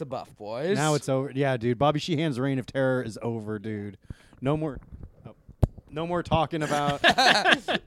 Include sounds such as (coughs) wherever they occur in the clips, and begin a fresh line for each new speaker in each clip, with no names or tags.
a buff, boys.
Now it's over. Yeah, dude. Bobby Sheehan's reign of terror is over, dude. No more. oh, no more talking
(laughs)
about.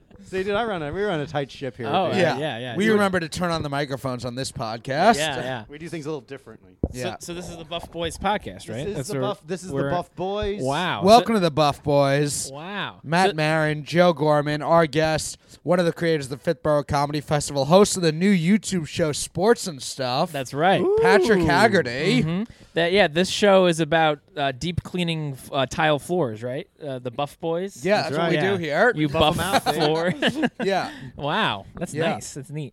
(laughs) See, dude, I run a we run a tight ship here.
Oh,
dude.
yeah,
yeah, yeah.
We
Dude.
remember to turn on the microphones on this podcast.
Yeah, yeah.
We do things a little differently.
Yeah.
So, so this is the Buff Boys podcast, right?
This is
That's
the
where
buff. This is the
we're-
buff boys.
Wow.
Welcome to the Buff Boys.
So- wow.
Matt
So-
Marin, Joe Gorman, our guest, one of the creators of the Fitborough Comedy Festival, host of the new YouTube show Sports and Stuff.
that's right.
Patrick Haggerty.
Mhm. That yeah, this show is about uh, deep cleaning f- uh, tile floors, right? Uh, the Buff Boys.
Yeah, that's,
That's
what
right.
we
Yeah.
do here.
You
buff
buff,
'em out, babe.
floor.
(laughs)
(laughs)
yeah. (laughs)
wow, that's
Yeah.
nice. That's neat.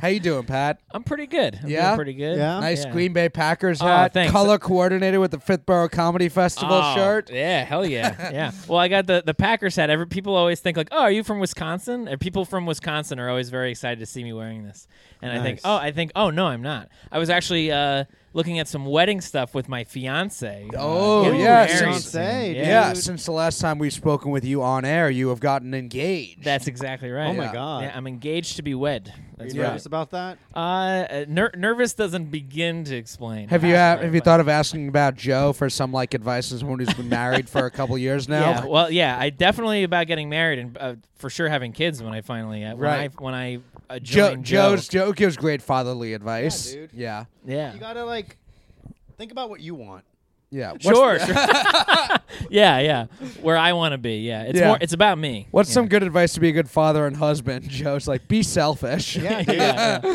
How you doing, Pat?
I'm pretty good. I'm
Yeah?
doing pretty good.
Yeah?
Nice Green Bay Packers
Oh,
hat,
thanks.
color coordinated with the Fitborough Comedy Festival
Oh,
shirt. (laughs)
Yeah, hell yeah, yeah. Well, I got the the Packers hat. Every people always think like, oh, are you from Wisconsin? And people from Wisconsin are always very excited to see me wearing this. And I think,
Nice.
oh, I think, oh no, I'm not. I was actually uh, looking at some wedding stuff with my fiance. uh,
Oh,
getting
yeah,
married
since-
soon.
Fiancé,
yeah.
dude.
Yeah, since the last time we've spoken with you on air, you have gotten engaged.
that's exactly right.
Oh my
Yeah.
god.
Yeah, I'm engaged to be wed.
Are
That's
you
Yeah.
right.
nervous about that?
Uh, Uh, ner- nervous doesn't begin to explain.
have you uh,
how-
have, have you
but-
thought of asking about Joe for some like advice as someone who's been married for a couple
(laughs)
years now?
Yeah, well, yeah, I definitely about getting married and uh, for sure having kids when I finally uh, when
Right.
I when I uh,
Joe,
joined Joe.
Joe's Joe gives great fatherly advice.
dude.
Yeah,
Yeah.
You gotta like think about what you want.
yeah. What's- (laughs)
Sure. (laughs) yeah, yeah. Where I want to be. Yeah. It's
Yeah.
more. It's about me.
What's
Yeah. (laughs)
some good advice to be a good father and husband? (laughs) Joe's like, be selfish.
Yeah,
Yeah,
dude.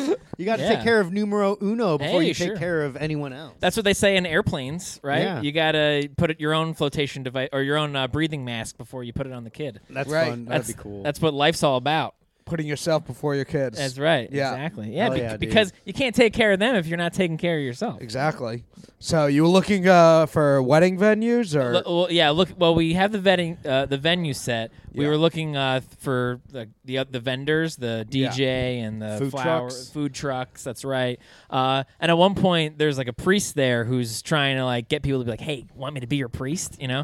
yeah.
You got to
Yeah.
take care of numero uno before
Hey,
you take
sure.
care of anyone else.
That's what they say in airplanes, right?
Yeah.
You gotta put it, your own flotation device or your own uh, breathing mask before you put it on the kid.
That's
Right.
fun.
That's
That'd be cool.
That's what life's all about.
(laughs) Putting yourself before your kids.
That's right.
Yeah.
Exactly. Yeah.
Hell
bec-
yeah, dude.
because you can't take care of them if you're not taking care of yourself.
Exactly. So you were looking uh, for wedding venues, or
Lo- well, yeah, look. Well, we have the vetting, uh, the venue set. We
Yeah.
were looking uh, th- for the the, oth- the vendors, the
Yeah.
DJ and the
Food
flower
trucks.
food trucks. That's right. Uh, and at one point, there's like a priest there who's trying to like get people to be like, "Hey, want me to be your priest?" You know,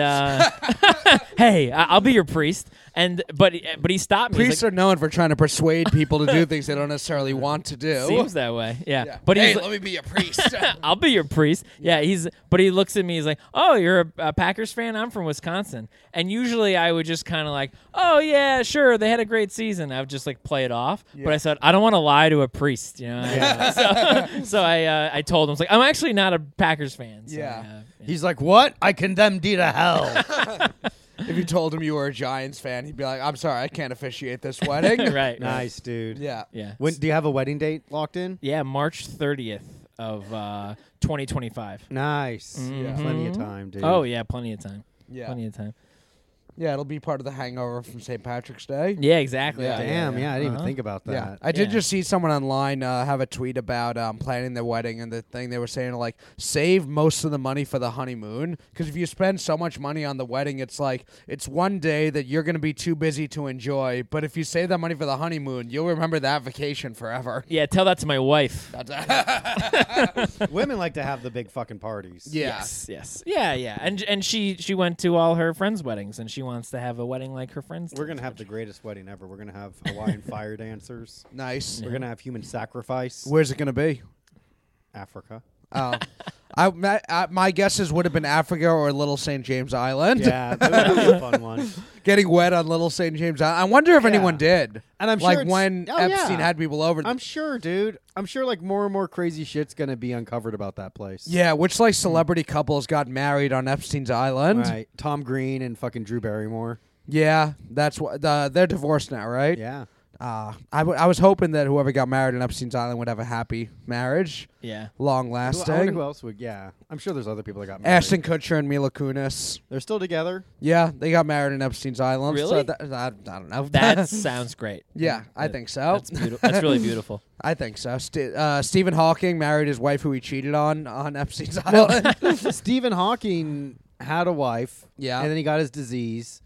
(laughs)
uh, (laughs) hey, I- I'll be your priest. And but but he stopped me. He's
priests are known for trying to persuade people to do things they don't necessarily want to do.
like, (laughs) Seems that way, yeah.
Yeah.
But
hey,
he's,
let me be a (laughs) priest.
(laughs) I'll be your priest. Yeah, he's. But he looks at me. He's like, "Oh, you're a, a Packers fan. I'm from Wisconsin." And usually, I would just kind of like, "Oh yeah, sure. They had a great season." I would just like play it off. But I said, I don't want to lie to a priest. You know. (laughs) so, so I uh, I told him I was like, I'm actually not a Packers fan. So,
Yeah.
uh,
He's like, what? I condemn thee to
(laughs)
hell.
if you told him you were a Giants fan, he'd be like, "I'm sorry, I can't officiate
(laughs)
this wedding."
right, right.
nice, dude.
Yeah.
Yeah.
When do you have a wedding date locked in?
yeah. March 30th of uh, 2025.
Nice.
Yeah.
Plenty of time, dude.
Oh yeah, plenty of time.
Yeah.
Plenty of time.
Yeah. It'll be part of the hangover from St. Patrick's Day.
Yeah. Exactly.
Yeah.
Damn. Yeah, I didn't
Uh-huh.
even think about that.
Yeah, (laughs) I did
Yeah.
just see someone online uh, have a tweet about um, planning their wedding and the thing they were saying like save most of the money for the honeymoon because if you spend so much money on the wedding, it's like it's one day that you're gonna be too busy to enjoy. But if you save that money for the honeymoon, you'll remember that vacation forever.
Yeah. Tell that to my wife.
Women like to have the big fucking parties.
Yeah.
Yes, yes, yeah, yeah, and and she she went to all her friends' weddings, and she wants to have a wedding like her friends.
We're
did.
gonna have the greatest wedding ever. We're gonna have Hawaiian fire dancers.
Nice.
We're gonna have human sacrifice.
Where's it gonna be?
Africa.
Oh. I, my, I, my guesses would have been Africa or Little St. James Island.
Yeah, that would be a fun one.
(laughs) Getting wet on Little St. James Island. I wonder if anyone did.
And I'm sure
like
it's-
when
Oh,
Epstein
yeah.
had people over.
I'm sure, dude. I'm sure like more and more crazy shit's gonna be uncovered about that place.
Yeah, which like celebrity couples got married on Epstein's Island?
Right. Tom Green and fucking Drew Barrymore.
Yeah, that's what uh, they're divorced now, right?
Yeah.
Uh, I, w- I was hoping that whoever got married on Epstein's Island would have a happy marriage,
yeah,
long
Who- I wonder who
lasting.
else would. Yeah, I'm sure there's other people that got married.
Ashton Kutcher and Mila Kunis.
They're still together.
Yeah, they got married on Epstein's Island. So
Really?
that, I, I don't know. (laughs)
that sounds great.
yeah, Oh. I
That-
think so.
That's beautiful. That's really beautiful.
(laughs) I think so. St- uh, Stephen Hawking married his wife, who he cheated on on
(laughs)
Epstein's Island.
Well, Stephen Hawking had a wife.
Yeah.
And then he got his disease,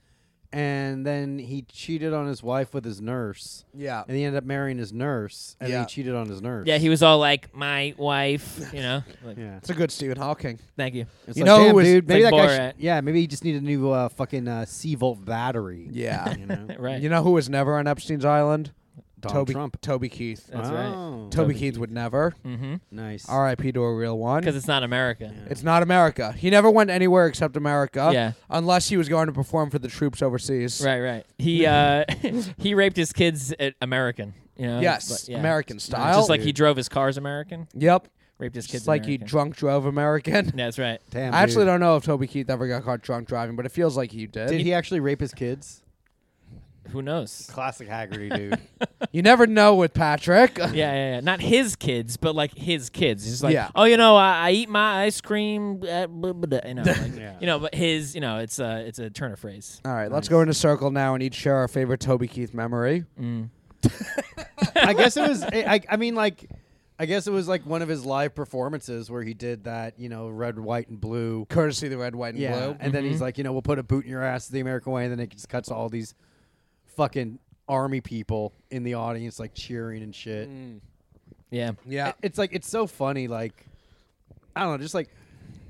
and then he cheated on his wife with his nurse,
yeah,
and he ended up marrying his nurse, and
Yeah.
then he cheated on his nurse.
Yeah, he was all like, "My wife," you know. Like,
Yeah.
it's a good Stephen Hawking.
Thank you. (laughs)
It's
You
like,
know who
damn,
was-
dude, maybe
Like
that guy.
Borat.
Sh- yeah, maybe he just needed a new uh, fucking uh, C volt battery.
Yeah,
You know.
(laughs)
(laughs)
Right.
you know who was never on Epstein's Island?
Donald
Toby
Trump.
Toby Keith.
That's right.
Oh,
Toby, Keith would never.
Mm-hmm.
Nice.
R.I.P. to a real one.
Because it's not America.
It's not America. He never went anywhere except America.
Yeah.
Unless he was going to perform for the troops overseas.
Right, right.
(laughs)
He uh, (laughs) he raped his kids at American. You know.
Yes.
but- yeah.
American style.
Just like he drove his cars American,
Yep.
raped his kids.
Just like he
American.
drunk drove American.
Yeah, That's right.
Damn,
I actually
dude.
don't know if Toby Keith ever got caught drunk driving, but it feels like he did.
Did he actually rape his kids?
Who knows?
Classic Haggerty, dude.
You never know with Patrick.
Yeah, yeah, yeah. Not his kids, but like his kids. He's like,
Yeah.
oh, you know, I, I eat my ice cream. uh, blah, blah, blah,"
(laughs)
you know, like,
Yeah.
you know, but his, you know, it's a it's a Turner phrase.
All right, let's go in a circle now and each share our favorite Toby Keith memory.
I guess it was. I, I- I mean, like, I guess it was like one of his live performances where he did that. You know, red, white, and blue.
Courtesy the red, white, and
Yeah, Mm-hmm.
blue.
and then he's like, you know, we'll put a boot in your ass the American way, and then it just cuts to all these fucking army people in the audience like cheering and shit.
Yeah,
Yeah.
It- It's like it's so funny. Like, I don't know, just like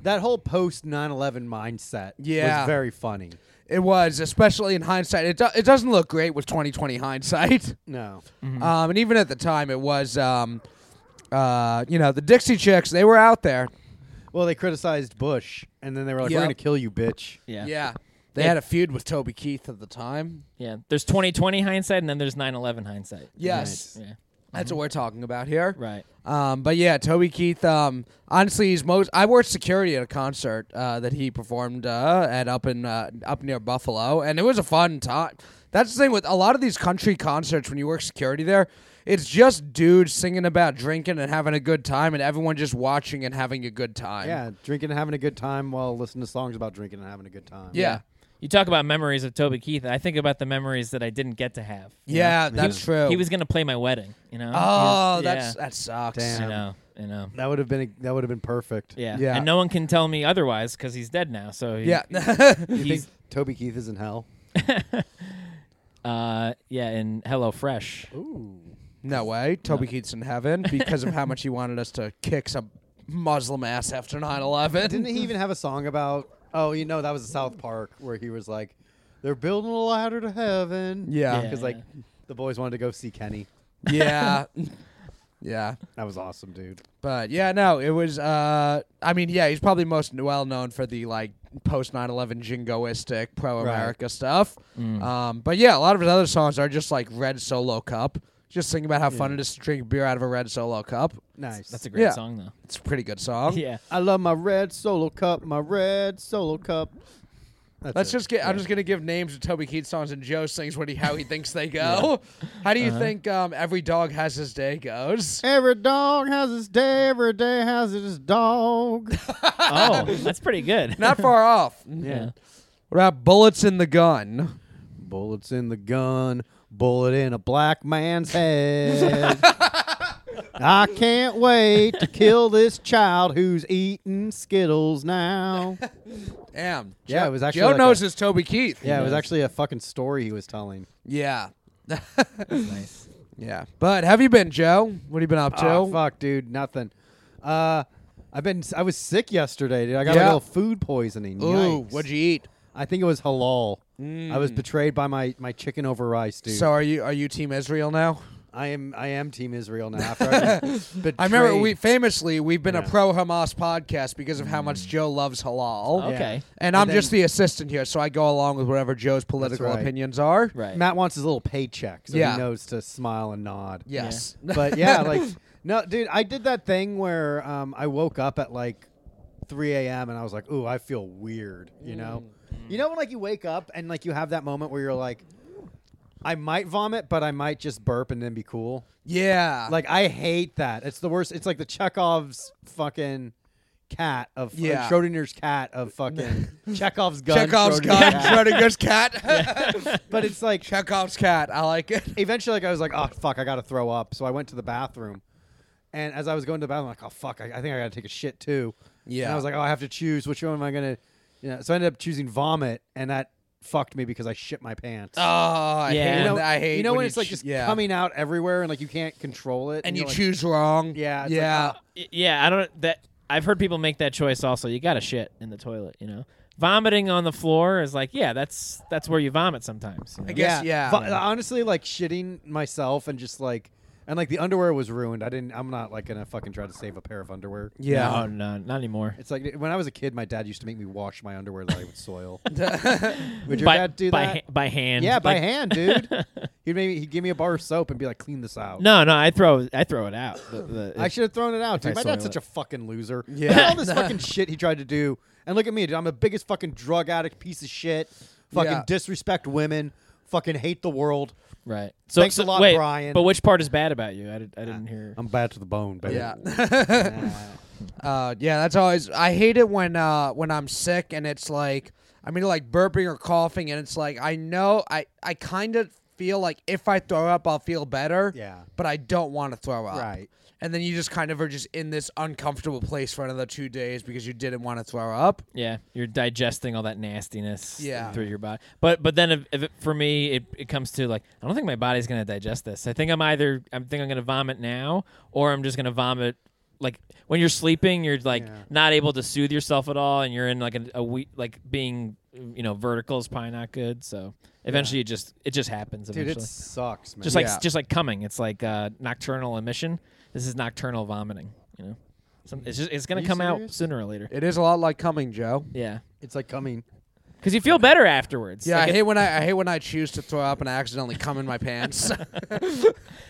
that whole post 9/11 mindset.
Yeah.
was very funny.
It was, especially in hindsight. It, do- it doesn't look great with 2020 hindsight.
No,
Um, and even at the time, it was, um, uh, you know, the Dixie Chicks, they were out there.
well, they criticized Bush, and then they were like,
Yeah.
"We're gonna kill you, bitch."
yeah,
Yeah. They
Yeah.
had a feud with Toby Keith at the time.
yeah. There's 2020 hindsight, and then there's 9/11 hindsight.
Yes.
Yeah,
That's what we're talking about here.
right.
Um, but yeah, Toby Keith. Um, honestly, he's most. I worked security at a concert uh, that he performed uh, at up in uh, up near Buffalo, and it was a fun time. That's the thing with a lot of these country concerts. When you work security there, it's just dudes singing about drinking and having a good time, and everyone just watching and having a good time.
Yeah, drinking and having a good time while listening to songs about drinking and having a good time.
yeah,
You talk about memories of Toby Keith. I think about the memories that I didn't get to have. you
yeah.
know?
that's
He-
true.
He was gonna play my wedding. You know.
Oh,
Yeah.
that's that sucks.
Damn.
I know. I know.
That would have been a, that would have been perfect.
Yeah.
Yeah.
And no one can tell me otherwise because he's dead now. So he-
Yeah. (laughs)
(laughs)
You
he's
think Toby Keith is in hell?
uh yeah in Hello Fresh.
Ooh.
no way. Toby Keith's in heaven because of how much he wanted us to kick some Muslim ass after 9-11.
Didn't he even have a song about? Oh, you know that was South Park where he was like, "They're building a ladder to heaven."
Yeah.
because like the boys wanted to go see Kenny.
(laughs)
yeah yeah
That was awesome, dude.
but yeah no it was uh i mean yeah he's probably most well known for the like post 9-11 jingoistic pro-america stuff
Mm.
um but yeah a lot of his other songs are just like red solo cup just sing about how fun it is to drink beer out of a red solo cup
Nice.
That's a great
Yeah.
song though.
it's a pretty good song
(laughs) Yeah.
I love my red solo cup. My red solo cup. That's
Let's
it.
just get. I'm just gonna give names of Toby Keith songs, and Joe sings what he how he thinks they go. (laughs) How do you
Uh-huh.
think um, every dog has his day
(laughs)
goes?
Every dog has its day. Every day has its dog.
Oh, (laughs) that's pretty good.
Not far off. What
yeah.
about bullets in the gun?
Bullets in the gun, bullet in a black man's head. I can't wait to kill this child who's eating
(laughs)
Skittles now.
Damn.
Yeah,
Joe,
it was actually
Joe
like
knows
a-
his Toby Keith.
Yeah, it was actually a fucking story he was telling.
Yeah. (laughs)
Nice.
yeah. But have you been, Ah, Joe? What have you been up to?
Oh, fuck, dude, nothing. Uh, I've been I was sick yesterday, dude. I got
Yeah.
a little food poisoning.
Ooh,
Yikes.
what'd you eat?
I think it was halal. I was betrayed by my my chicken over rice, dude.
So are you are you Team Israel now?
I am I am Team
(laughs)
Israel now. After I, betrayed.
I remember we famously we've been a
Yeah. Mm.
pro Hamas podcast because of how much Joe loves halal.
Okay.
And
And
I'm
then-
just the assistant here, so I go along with whatever Joe's political
right.
opinions are.
Right.
Matt wants his little paycheck, so
Yeah.
he knows to smile and nod.
Yes.
But yeah, like no, dude, I did that thing where um, I woke up at like 3 a.m. and I was like, "Ooh, I feel weird,"
Mm,
you know. You know when like you wake up and like you have that moment where you're like, "I might vomit, but I might just burp and then be cool."
(laughs) yeah.
Like I hate that. It's the worst. It's like the Chekhov's fucking cat of
Yeah.
Schrodinger's cat of
(laughs)
fucking Chekhov's gun.
Chekhov's
Schrodinger's
gun,
cat.
(laughs)
(laughs)
Schrodinger's cat.
But it's
(laughs)
like
Chekhov's cat. I like it.
eventually like I was like, oh fuck, I gotta throw up. So I went to the bathroom. And as I was going to the bathroom, I'm like, oh fuck, I, I think I gotta take a shit too.
Yeah.
And I was like, oh, I have to choose which one am I gonna you know, so I ended up choosing vomit and that fucked me because I shit my pants.
Oh, I
Yeah.
hate
you know,
when- I hate
you know when,
you
it's like
ch-
just
yeah.
coming out everywhere and like you can't control it.
and you
you're like,
choose wrong.
Yeah, it's like,
yeah.
uh,
Y- Yeah, I don't that I've heard people make that choice also. You got to shit in the toilet, you know. Vomiting on the floor is like, yeah, that's that's where you vomit sometimes. you know?
I guess, yeah.
Fu- uh, honestly, like shitting myself and just like and like the underwear was ruined. I didn't. I'm not like gonna fucking try to save a pair of underwear.
Yeah.
No, Oh, no, not anymore.
It's like when I was a kid, my dad used to make me wash my underwear that I would soil. Would your
by,
dad do
by
that?
ha- by hand.
Yeah, by
Like-
hand,
(laughs)
dude. he'd maybe he'd give me a bar of soap and be like, "Clean this out."
No, no, I throw I throw it out. The- the-
I should have thrown it out, dude.
I
My
soil
dad's such a
it.
fucking loser.
Yeah.
Look at all this fucking shit he tried to do, and look at me, dude. I'm the biggest fucking drug addict, piece of shit. Fucking
Yeah.
disrespect women. Fucking hate the world.
right. So,
Thanks
so-
a lot,
wait,
Brian. Uh,
But which part is bad about you? I, did, I didn't hear.
I'm bad to the bone, baby.
(laughs) Yeah. (laughs) uh, yeah, that's always I hate it when uh when I'm sick and it's like I'm either like burping or coughing and it's like I know I I kind of feel like if I throw up I'll feel better.
Yeah.
But I don't want to throw up.
Right.
And then you just kind of are just in this uncomfortable place for another two days because you didn't want to throw up.
Yeah, you're digesting all that nastiness
Yeah.
through your body. But but then if, if it, for me it, it comes to like I don't think my body's gonna digest this. I think I'm either I think I'm gonna vomit now or I'm just gonna vomit. Like when you're sleeping, you're like
Yeah.
not able to soothe yourself at all, and you're in like a, a we like being you know vertical is probably not good. So eventually it just it just happens.
Dude,
Eventually,
it sucks, man.
just
Yeah.
like just like coming, it's like uh, nocturnal emission. This is nocturnal vomiting. You know, Some, it's just it's
Are
gonna
you
come out
serious?
sooner or later.
It is a lot like coming, Joe.
Yeah.
it's like coming.
Because you feel better afterwards.
Yeah,
Like,
I
it-
hate when I, I hate when I choose to throw up and I accidentally come in my
(laughs)
pants. (laughs)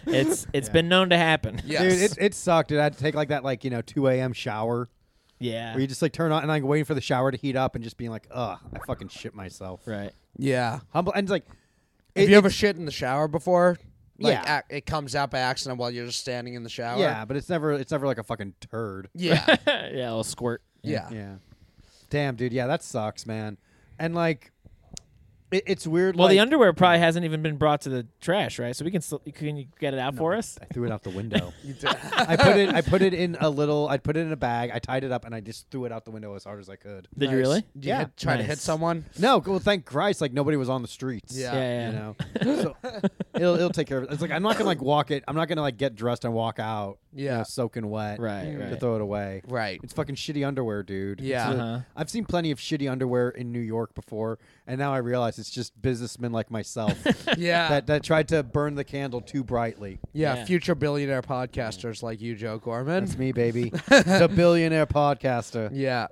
it's it's been known to happen.
yes.
Dude, it, it sucked. Dude, I had to take like that, like you know, 2 a.m. shower
(laughs) Yeah.
where you just like turn on and like waiting for the shower to heat up and just being like, ugh, I fucking shit myself.
right.
yeah.
Humble and it's like,
Have
it-
you
it-
ever shit in the shower before? Like,
Yeah.
ac- it comes out by accident while you're just standing in the shower.
yeah, but it's never, it's never like a fucking turd. (laughs)
Yeah.
(laughs) yeah, a little squirt.
yeah.
Yeah. Damn, dude. Yeah, that sucks, man. And like, it, it's weird.
Well,
like,
the underwear probably hasn't even been brought to the trash, right? So we can still can you get it out for us?
I threw it out the
(laughs)
window.
You did.
I put it, I put it in a little, I put it in a bag, I tied it up, and I just threw it out the window as hard as I could.
Did you
Nice.
really?
Did you
Yeah.
hit- try to hit
Nice.
someone?
No, well, thank Christ, like nobody was on the streets.
Yeah.
Yeah. yeah.
you know. so it'll it'll take care of it. It's like I'm not gonna like walk it. I'm not gonna like get dressed and walk out. you know,
Yeah.
soaking wet.
Right,
To
right.
throw it away.
Right.
It's fucking shitty underwear, dude. It's
Yeah.
li-
Uh-huh.
I've seen plenty of shitty underwear in New York before, and now I realize it's just businessmen like myself
(laughs) Yeah.
(laughs) that that tried to burn the candle too brightly.
yeah.
Yeah.
Future billionaire podcasters like you, Joe Gorman.
That's
(laughs)
me, baby, the billionaire podcaster.
Yeah.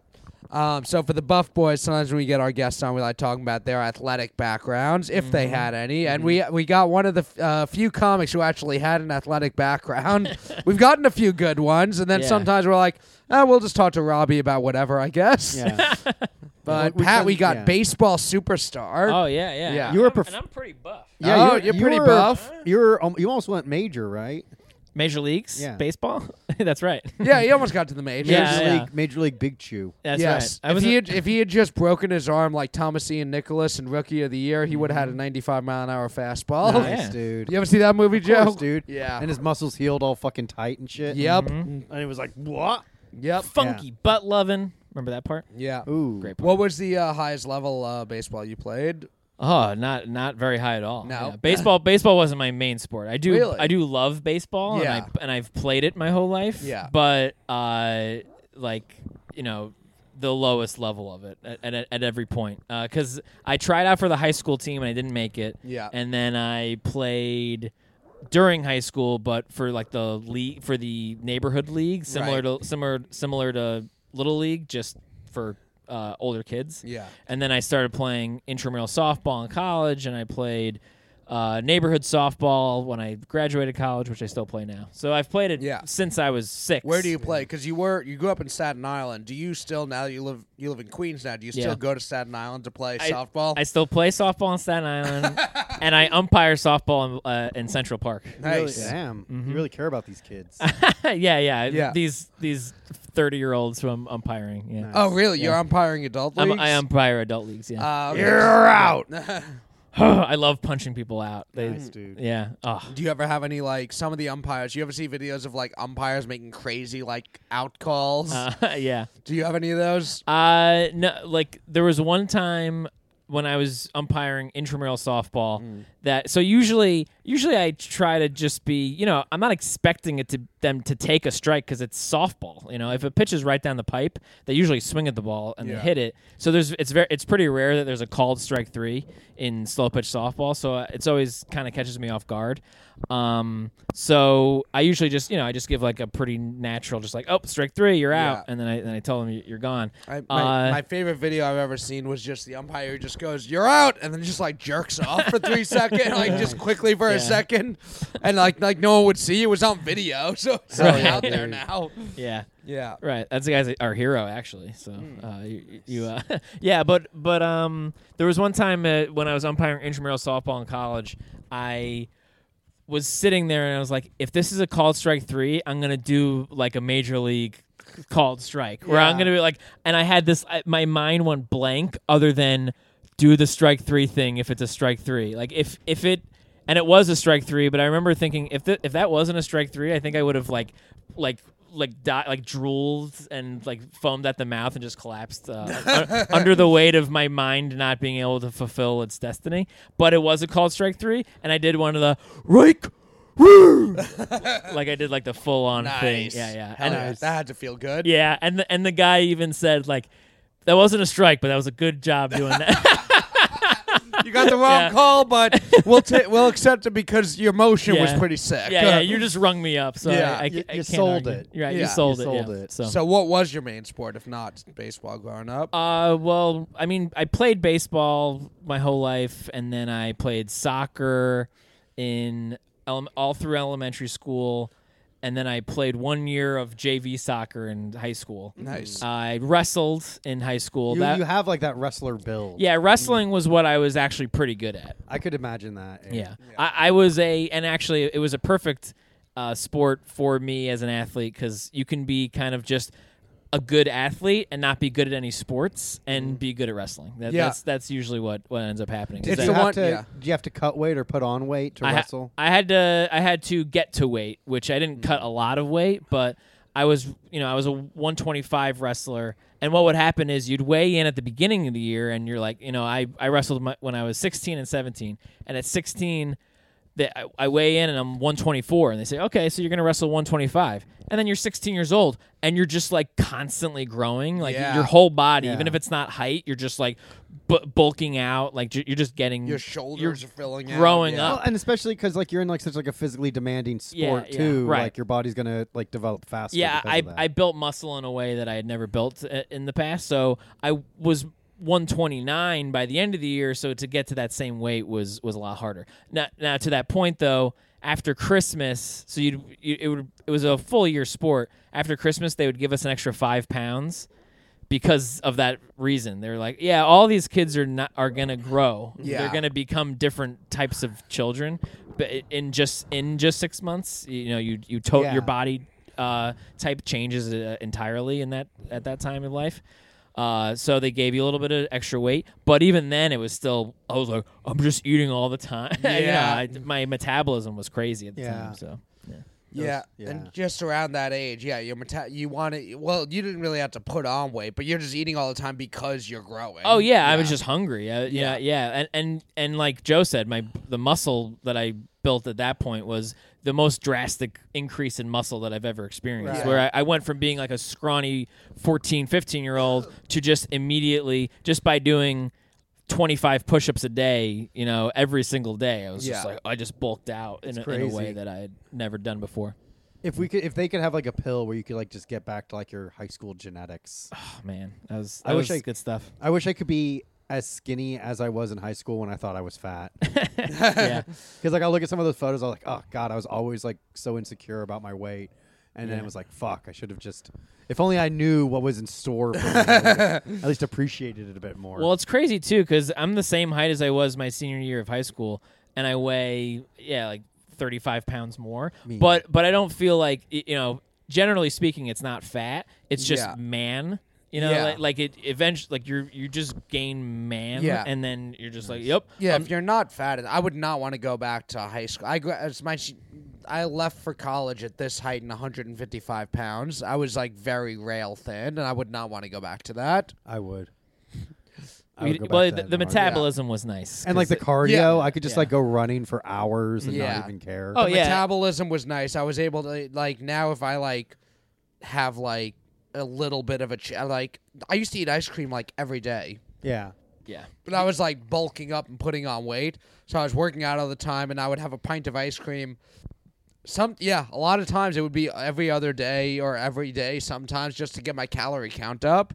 Um, so for the Buff Boys, sometimes when we get our guests on, we like talking about their athletic backgrounds, if
Mm-hmm.
they had any. And we we got one of the f- uh, few comics who actually had an athletic
(laughs)
background. We've gotten a few good ones, and then
Yeah.
sometimes we're like, oh, we'll just talk to Robbie about whatever, I guess.
Yeah,
(laughs) But
We- we
Pat,
can-
we got
yeah.
baseball superstar.
Oh yeah, yeah.
Yeah.
You were
And I'm-
perf-
and I'm pretty buff.
yeah.
Oh, you're pretty buff.
You're um, you almost went major, right?
Major leagues,
Yeah.
baseball. (laughs) That's right.
Yeah, he almost got to the majors.
Yeah,
Major
yeah.
league, major league, big chew.
That's
yes.
right. I
if,
was
he had, if he had just broken his arm like Thomas Ian Nicholas in Rookie of the Year, he would have had a 95 mile an hour fastball.
Oh,
Mm-hmm. nice,
yeah.
(laughs)
dude.
You ever see that movie, Joe?
Of course, dude.
Yeah.
And his muscles healed all fucking tight and shit.
Yep.
And it was like, what?
Yep.
funky butt loving. Remember that part?
Yeah.
Ooh.
Great part.
What was the uh, highest level uh, baseball you played?
Oh, not not very high at all.
No.
Yeah.
(laughs)
baseball baseball wasn't my main sport. I do
Really?
I do love baseball,
Yeah.
and, I, and I've played it my whole life.
Yeah.
but uh, like you know, the lowest level of it at at, at every point. Because I tried out for the high school team and I didn't make it.
Yeah.
and then I played during high school, but for like the league for the neighborhood league, similar to similar similar to little league, just for uh, older kids.
Yeah.
And then I started playing intramural softball in college, and I played uh, neighborhood softball when I graduated college, which I still play now. So I've played it
Yeah.
since I was six.
Where do you play? Because you were you grew up in Staten Island. Do you still now that you live you live in Queens now? Do you still
Yeah.
go to Staten Island to play
I-
softball?
I still play softball in Staten Island,
(laughs)
and I umpire softball in, uh, in Central Park.
nice.
Really, damn. You really care about these kids.
(laughs)
(laughs) yeah, yeah,
Yeah.
These these thirty year olds who I'm umpiring. Yeah,
Oh, really? You're umpiring adult leagues.
I'm, I umpire adult leagues. Yeah,
Um,
You're out.
(sighs)
(laughs)
I love punching people out. They,
Nice, dude.
Yeah. Oh.
do you ever have any like some of the umpires? You ever see videos of like umpires making crazy like out calls?
Uh, (laughs) yeah.
do you have any of those?
Uh,
Mm.
no, like there was one time when I was umpiring intramural softball that so usually usually I try to just be you know I'm not expecting it to them to take a strike because it's softball you know if a pitch is right down the pipe they usually swing at the ball and
Yeah.
they hit it so there's it's very it's pretty rare that there's a called strike three in slow pitch softball so uh, it's always kind of catches me off guard um so I usually just you know I just give like a pretty natural just like oh strike three you're out
Yeah.
and then I then I tell them "You- you're gone
I, my,
Uh,
my favorite video I've ever seen was just the umpire who just goes, "You're out," and then just like jerks off for
(laughs)
three seconds, like just quickly for
Yeah.
a second, and like like no one would see. It was on video, (laughs) so it's not
Right.
out there now.
(laughs) yeah
Yeah,
Right, that's the guy's our hero actually. So,
Hmm.
uh, you, you uh, (laughs) yeah, but but um, there was one time uh, when I was umpiring intramural softball in college, I was sitting there and I was like, if this is a called strike three, I'm gonna do like a major league called strike, where I'm
Yeah.
gonna be like, and I had this, I, my mind went blank, other than do the strike three thing if it's a strike three, like if if it. And it was a strike three, but I remember thinking if th- if that wasn't a strike three, I think I would have like like like di- like drooled and like foamed at the mouth and just collapsed uh,
(laughs)
un- under the weight of my mind not being able to fulfill its destiny. But it was a called strike three, and I did one of the Reich,
(laughs)
Woo! like I did like the full on thing.
nice.
Yeah, yeah,
Hell
and
yeah. That had to feel good.
yeah, and the, and the guy even said like that wasn't a strike, but that was a good job doing that. (laughs)
You got the wrong
Yeah.
call,
(laughs)
but we'll ta- we'll accept it because your motion was
Yeah.
pretty sick.
yeah, yeah, you just rung me up, so
Yeah,
I, I,
you-
I
you
can't
sold
argue.
it.
You're Right,
Yeah.
you sold
You
it. yeah.
sold it.
so what was your main sport if not baseball growing up?
Uh, well, I mean, I played baseball my whole life, and then I played soccer in ele- all through elementary school, and then I played one year of JV soccer in high school.
nice.
I wrestled in high school.
You,
that
you have like that wrestler build.
yeah, wrestling was what I was actually pretty good at.
I could imagine that.
Yeah, I, I was a, and actually, it was a perfect uh, sport for me as an athlete because you can be kind of just a good athlete and not be good at any sports and be good at wrestling. That,
Yeah.
that's that's usually what what ends up happening.
Did
It's
Is
you
the
that-
have
one-
to?
yeah.
Do you have to cut weight or put on weight to
I, ha-
wrestle?
I had to I had to get to weight, which I didn't cut a lot of weight, but I was you know I was a 125 wrestler. And what would happen is you'd weigh in at the beginning of the year, and you're like, you know, I I wrestled my, when I was 16 and 17, and at 16. that I, I weigh in and I'm 124, and they say, okay, so you're gonna wrestle 125, and then you're 16 years old, and you're just like constantly growing, like
Yeah.
your whole body,
Yeah.
even if it's not height, you're just like bu- bulking out, like ju- you're just getting
your shoulders
you're
are filling
growing
out. yeah.
up.
Well, and especially because like you're in like such like a physically demanding sport
uh, yeah,
too.
right.
Like your body's gonna like develop faster.
yeah
because
I,
of that.
I built muscle in a way that i had never built i- in the past so i was 129 by the end of the year so to get to that same weight was was a lot harder now, now to that point though after christmas so you'd, you it would it was a full year sport after christmas they would give us an extra five pounds because of that reason they're like yeah all these kids are not are gonna grow
Yeah.
they're gonna become different types of children but i- in just in just six months you know you you to-
Yeah.
your body uh, type changes uh, entirely in that at that time in life. Uh, so they gave you a little bit of extra weight, but even then, it was still. I was like, I'm just eating all the time. (laughs) You know,
Yeah.
I- my metabolism was crazy at the
Yeah.
time. So
Yeah,
Those- yeah.
and just around that age, yeah, your meta- you want to. Well, you didn't really have to put on weight, but you're just eating all the time because you're growing.
Oh yeah, I was just hungry. I,
Yeah.
yeah, yeah, and and and like Joe said, my the muscle that I built at that point was the most drastic increase in muscle that I've ever experienced.
Right.
Where I, I went from being like a scrawny 14, 15 year old to just immediately just by doing. 25 push-ups a day you know every single day i was just
Yeah.
like i just bulked out in a, in a
crazy.
way that i had never done before
if we could, if they could have like a pill where you could like just get back to like your high school genetics.
oh man that was
I
that
wish
was
I-
good stuff
I wish I could be as skinny as I was in high school when I thought I was fat.
yeah
Because like I look at some of those photos, I'm like, oh god, I was always like so insecure about my weight, and then
Yeah.
it was like, fuck, I should have just. If only I knew what was in store for me, I would've at least appreciated it a bit more.
Well, it's crazy too because I'm the same height as I was my senior year of high school, and I weigh yeah like 35 pounds more. But but I don't feel like y- you know. Generally speaking, it's not fat. It's just
Yeah.
man. You know,
Yeah.
like, like it eventually, like you're you just gain man,
Yeah.
and then you're just like, yep,
yeah. if you're not fat, I would not want to go back to high school. I gra- it's my, sh- I left for college at this height and 155 pounds. I was like very rail thin, and I would not want to go back to that.
I would. I would
We-
go back to
well, the,
that
the
in a heartbeat.
metabolism was nice.
and like
'cause
the
it-
cardio,
Yeah.
I could just
Yeah.
like go running for hours and
Yeah.
not even care.
Oh,
the
yeah.
metabolism was nice. I was able to like now if I like have like a little bit of a ch- like I used to eat ice cream like every day.
yeah.
yeah.
But I was like bulking up and putting on weight. So I was working out all the time and I would have a pint of ice cream. Some yeah, a lot of times it would be every other day or every day sometimes just to get my calorie count up.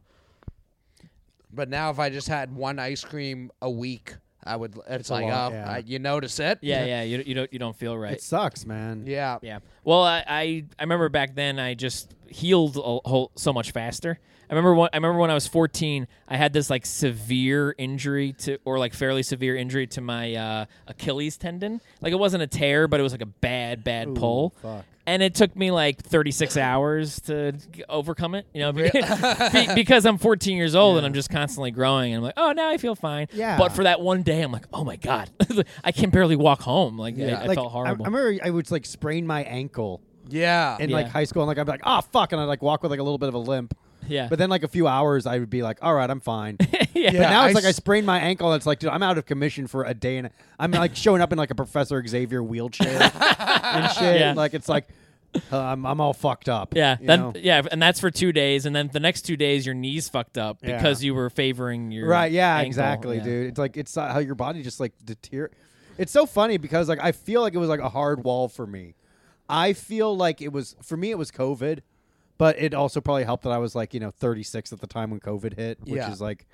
But now if I just had one ice cream a week, I would it's
a
like
lot,
oh,
yeah.
I- you notice it.
Yeah, yeah, you, you don't you don't feel right.
It sucks, man.
Yeah.
Yeah. Well, I, I I remember back then I just healed a whole, so much faster. I remember when, I remember when I was 14, I had this like severe injury to or like fairly severe injury to my uh, Achilles tendon. Like it wasn't a tear, but it was like a bad bad pull.
fuck.
And it took me like 36 hours to g- overcome it, you know, be- (laughs) be- because I'm 14 years old and I'm just constantly growing. And I'm like, oh, now I feel fine.
Yeah.
But for that one day, I'm like, oh my god, (laughs) I can barely walk home. Like I, I
like,
felt horrible.
I, remember I would like sprain my ankle
Yeah.
in like
Yeah.
high school, and like I'd be like, "Ah, fuck," and I'd like walk with like a little bit of a limp.
yeah. (laughs)
But then like a few hours, I would be like, "All right, I'm fine."
yeah.
But now
I
it's like I
s-
sprained my ankle. And it's like, dude, I'm out of commission for a day, and I'm like showing up in like a Professor Xavier
(laughs)
wheelchair and shit.
Yeah.
Like it's like uh, I'm, I'm all fucked up.
Yeah,
you
then
know?
yeah, and that's for two days, and then the next two days your knees fucked up
Yeah.
because you were favoring your
right. Yeah,
ankle.
exactly,
Yeah.
dude. It's like it's uh, how your body just like deteriorates. It's so funny because like I feel like it was like a hard wall for me. I feel like it was for me. It was COVID, but it also probably helped that I was like you know 36 at the time when COVID hit, which
Yeah.
is like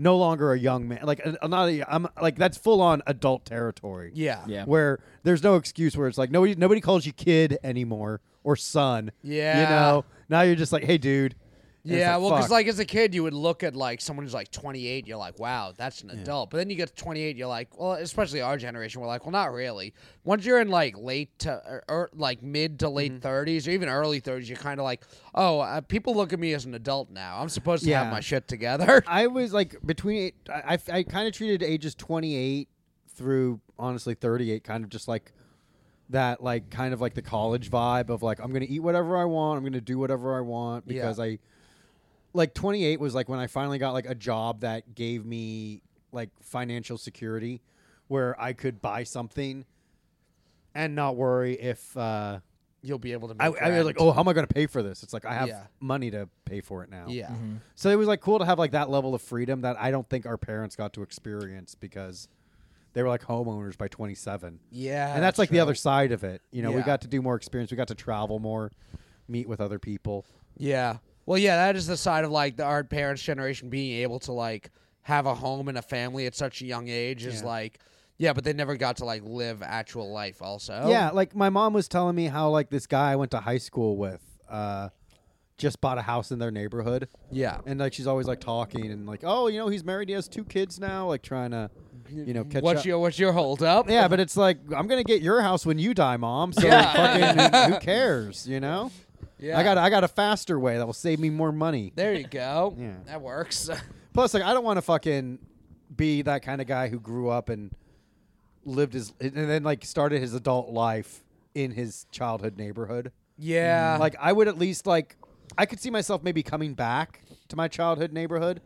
no longer a young man. Like uh, I'm not. A, I'm like that's full on adult territory.
Yeah.
Yeah.
where there's no excuse where it's like nobody nobody calls you kid anymore or son.
Yeah.
You know, now you're just like, hey dude. And it's
Yeah, well, because
fuck.
like as a kid, you would look at like someone who's like 28, you're like, wow, that's an adult. But then you get to 28, you're like, well, especially our generation, we're like, well, not really. Once you're in like late to or, or, like mid to
Mm-hmm.
late 30s or even early 30s, you're kind of like, oh, uh, people look at me as an adult now. I'm supposed to have
Yeah.
my shit together.
I was like between eight, I, I, I kind of treated ages 28 through honestly 38 kind of just like that like kind of like the college vibe of like I'm going to eat whatever I want, I'm going to do whatever I want
Yeah.
because I like 28 was like when I finally got like a job that gave me like financial security where I could buy something and not worry if uh
You'll be able to. Make
I, I was
friends.
like, oh, how am I going to pay for this? It's like I have
Yeah.
money to pay for it now.
yeah,
So it was like cool to have like that level of freedom that I don't think our parents got to experience because they were like homeowners by 27.
yeah,
and that's like the
true.
other side of it. You know, we
Yeah.
got to do more experience, we got to travel more, meet with other people.
Yeah. Well, yeah, that is the side of like the, our parents' generation being able to like have a home and a family at such a young age is
Yeah.
like, yeah, but they never got to like live actual life. Also,
Yeah, like my mom was telling me how like this guy I went to high school with uh just bought a house in their neighborhood.
yeah,
And like she's always like talking and like, "Oh, you know, he's married, he has two kids now," like trying to you know, catch
Mm-hmm. What's
up.
your what's your hold up?
yeah, but it's like I'm gonna get your house when you die, mom. So
Yeah.
(laughs) fucking, who cares? You know.
Yeah.
I got I got a faster way that will save me more money.
There you go.
(laughs) Yeah. Mm-hmm.
That works. (laughs)
Plus, like I don't want to fucking be that kind of guy who grew up and lived his and then like started his adult life in his childhood neighborhood.
yeah.
Like I would at least like I could see myself maybe coming back to my childhood neighborhood,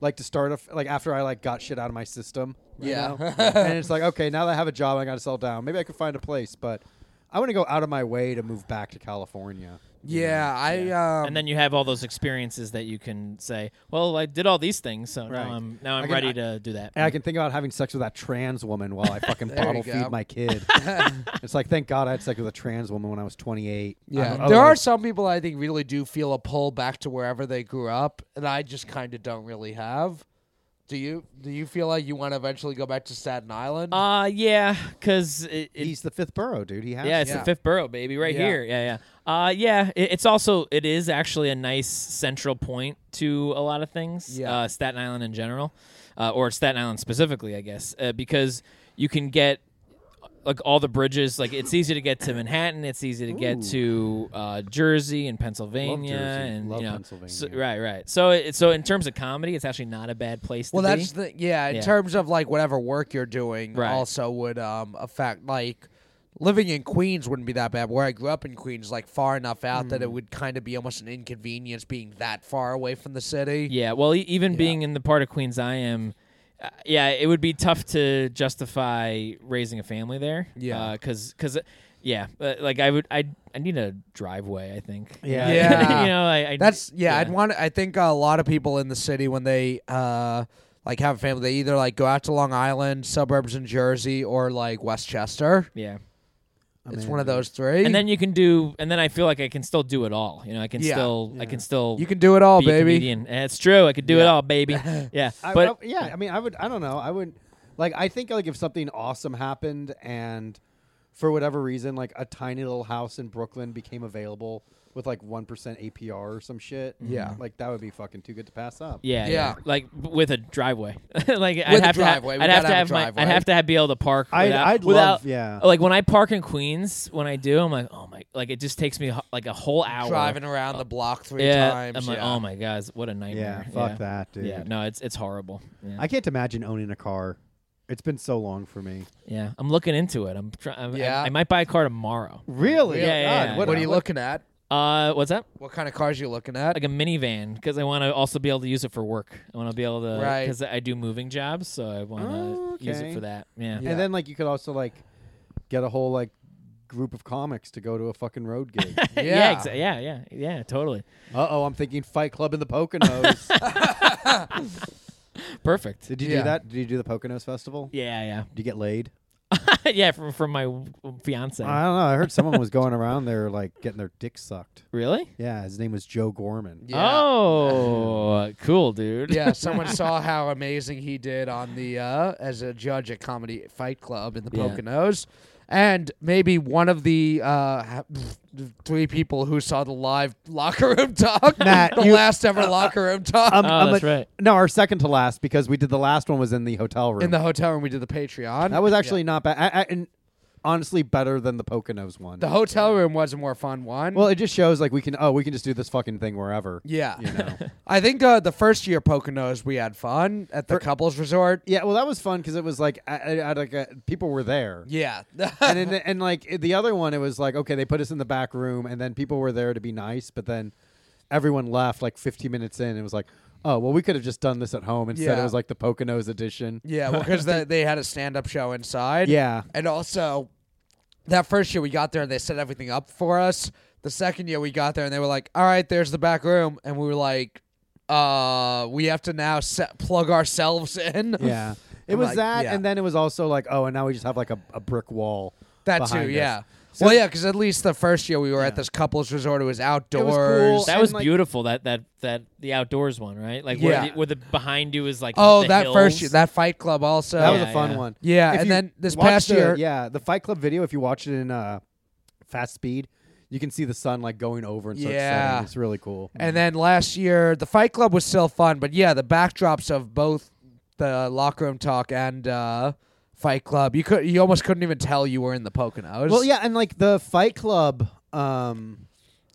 like to start a f- like after I like got shit out of my system. you
Yeah. (laughs)
know? and it's like okay, now that I have a job, I got to settle down. Maybe I could find a place, but I want to go out of my way to move back to California.
yeah, I um
and then you have all those experiences that you can say, "Well, I did all these things, so
Right.
now I'm now I'm
I can-
ready
I-
to do that."
And I can think about having sex with that trans woman while
(laughs)
I fucking
Mm. There you
bottle feed
go. (laughs)
my kid. it's like, thank God I had sex with a trans woman when I was 28.
yeah,
I'm-
there are
otherwise-
some people I think really do feel a pull back to wherever they grew up, and I just kind of don't really have. Do you? Do you feel like you want to eventually go back to Staten Island?
Uh yeah, because it, it-
He's the fifth borough, dude. He has.
yeah, it's
Yeah.
the fifth borough, baby, right
Yeah.
here. Yeah, yeah. Uh yeah, it, it's also it is actually a nice central point to a lot of things.
Yeah.
Uh, Staten Island in general, uh, or Staten Island specifically, I guess, uh, because you can get like all the bridges. Like it's easy to get to Manhattan. It's easy to get to uh, Jersey and Pennsylvania,
Jersey.
and
Love
you know,
Pennsylvania.
so- right, right. So, it, so in terms of comedy, it's actually not a bad place.
Well,
to
that's
be.
the yeah. In
Yeah.
terms of like whatever work you're doing,
Right.
also would um affect like living in Queens wouldn't be that bad. Where I grew up in Queens, like far enough out that
Hmm.
it would kind of be almost an inconvenience being that far away from the city.
Yeah, well, e- even being in the part of Queens I am, uh, yeah, it would be tough to justify raising a family there.
Yeah.
because yeah, uh, like I would, I I need a driveway. I think.
Yeah.
Yeah.
(laughs) you know, I, I
That's yeah, I'd want. I think a lot of people in the city when they uh like have a family, they either like go out to Long Island, suburbs in Jersey, or like Westchester.
yeah.
it's one of those three.
And then you can do, and then I feel like I can still do it all. You know, I can
Yeah.
still, I can still
you can do it all,
be a
baby.
comedian. And It's true, I could do it
Yeah. (laughs)
all, baby. Yeah,
I,
but
I- yeah, I mean, I would. I don't know. I would like. I think like if something awesome happened and for whatever reason, like a tiny little house in Brooklyn became available with like one percent APR or some shit.
Yeah.
like that would be fucking too good to pass up.
Yeah, yeah.
Yeah.
Like b- with a driveway. (laughs) like
With a
I'd have to have,
driveway. We
I'd have
gotta
to
have a
have my
driveway.
I'd have to have, be able to park
I'd-
without,
I'd love-
without
yeah.
Uh, Like when I park in Queens, when I do, I'm like, "Oh my, like it just takes me ho- like a whole hour
Driving around the block three
yeah,
times.
I'm like,
yeah.
"Oh my god, what a
yeah.
nightmare."
Fuck that, dude.
Yeah, no, it's it's horrible. Yeah.
I can't imagine owning a car. It's been so long for me.
yeah. I'm looking into it. I'm trying
Yeah.
I, I might buy a car tomorrow.
Really?
Yeah,
yeah, yeah.
What are you looking at?
Uh, what's that?
What kind of cars you looking at?
(laughs)
Like a minivan because I want to also be able to use it for work. I want to be able to
Right.
because I do moving jobs, so I want to use
Okay.
it for that.
Yeah.
And then like you could also like get a whole like group of comics to go to a fucking road gig.
Yeah.
yeah, exa- yeah, yeah, yeah, totally.
uh oh, I'm thinking Fight Club and the Poconos.
Perfect.
Did you
Yeah.
do that? Did you do the Poconos Festival?
Yeah,
Did you get laid?
yeah, (laughs) yeah. From from my w- w- fiance.
I don't know. I heard someone was going around there like getting their dick sucked.
really?
Yeah, his name was Joe Gorman.
Yeah.
Oh, (laughs) cool,
(laughs)
dude.
yeah, someone saw how amazing he did on the uh, as a judge at Comedy Fight Club in the
Yeah.
Poconos. And maybe one of the uh, ha- three people who saw the live locker room talk,
Matt,
(laughs) the
you-
last
(laughs)
ever locker room talk
Um,
Oh,
um,
that's
but-
right.
No, our second to last because we did the last one was in the hotel room.
in the hotel room. We did the Patreon.
that was actually not bad. I, I, and honestly, better than the Poconos one.
the hotel room was a more fun one.
well, it just shows like we can. Oh, we can just do this fucking thing wherever.
yeah,
You know.
(laughs) I think uh, the first year Poconos we had fun at the couples resort.
yeah. Well, that was fun because it was like I, I, I like uh, people were there.
Yeah, (laughs)
and then, and like the other one, it was like okay, they put us in the back room, and then people were there to be nice, but then everyone left like 15 minutes in. It was like, oh well, we could have just done this at home instead.
Yeah.
It was like the Poconos edition.
yeah, because they they had a stand up show inside. (laughs)
Yeah,
And also, that first year we got there and they set everything up for us. The second year we got there and they were like, "All right, there's the back room," and we were like, "Uh, we have to now set, plug ourselves in."
yeah. It
I'm
was
like,
that,
yeah.
and then it was also like, oh, and now we just have like a, a brick wall.
(laughs) that too.
behind us.
Yeah.
So-
well, yeah, because at least the first year we were at this couples resort. It was outdoors.
That
And,
was
like-
beautiful. That that that the outdoors one, right? Like
Yeah.
where, the, where the behind you is like.
oh,
the
that
hills.
first year, that Fight Club also.
That was
Yeah,
a fun
yeah.
one.
Oh, Yeah,
If
and
you
then this
watch
past
the-
year-
yeah, the Fight Club video. If you watch it in uh, fast speed, you can see the sun like going over and start
Yeah.
setting. It's really cool.
And then last year, the Fight Club was still fun, but yeah, the backdrops of both the locker room talk and uh, Fight Club, you could you almost couldn't even tell you were in the Poconos.
Well, yeah, and like the Fight Club, um,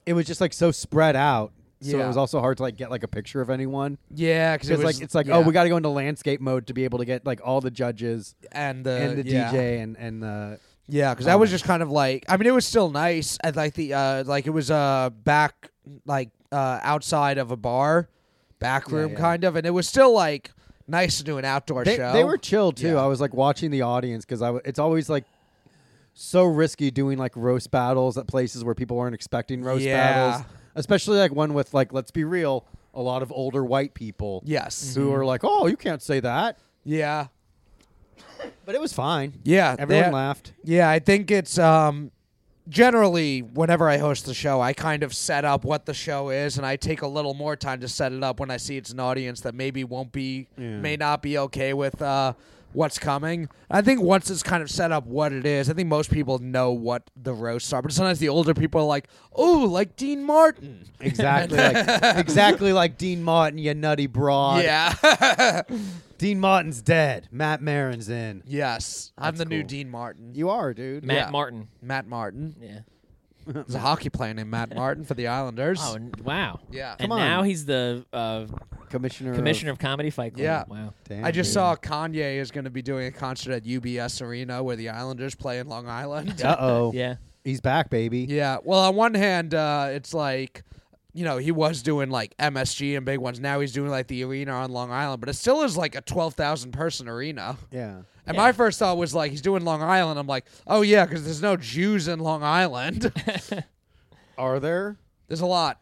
it was just like so spread out, so
Yeah.
it was also hard to like get like a picture of anyone.
yeah, because it
Because
was
like it's like
yeah,
oh, we got to go into landscape mode to be able to get like all the judges
and the
and the
Uh, yeah.
DJ and and the
Yeah, because that was just kind of like I mean, it was still nice. I like the uh, like it was uh back like uh outside of a bar, back room
yeah.
kind of, and it was still like nice to do an outdoor
they,
show.
they were chill too.
Yeah.
I was like watching the audience because I w- it's always like so risky doing like roast battles at places where people aren't expecting roast
Yeah.
battles, especially like one with like let's be real, a lot of older white people
yes,
who are like oh you can't say that,
yeah,
but it was fine.
yeah.
Everyone
they-
laughed.
Yeah, I think it's um generally whenever I host the show, I kind of set up what the show is and I take a little more time to set it up when I see it's an audience that maybe won't be may not be okay with uh what's coming. I think once it's kind of set up what it is, I think most people know what the roasts are, but sometimes the older people are like, "Oh, like Dean Martin." (laughs)
Exactly like exactly like Dean Martin, you nutty broad.
Yeah. (laughs)
Dean Martin's dead. Matt Marin's in.
yes. I'm the new
cool.
Dean Martin.
You are, dude.
Matt
Yeah.
Martin.
Matt Martin.
Yeah.
There's a hockey player named Matt Martin for the Islanders.
Oh, n- wow.
Yeah.
And
Come on.
now he's the uh,
Commissioner.
commissioner of Comedy Fight Club.
Yeah.
Wow.
Damn,
I just
dude.
saw Kanye is going to be doing a concert at UBS Arena where the Islanders play in Long
(laughs)
Island.
Uh oh.
Yeah.
He's back, baby.
yeah. Well, on one hand, uh, it's like, you know, he was doing like MSG and big ones. Now he's doing like the arena on Long Island, but it still is like a 12,000 person arena.
Yeah.
And
Yeah.
my first thought was like, he's doing Long Island. I'm like, oh, yeah, because there's no Jews in Long Island. (laughs)
Are there?
there's a lot.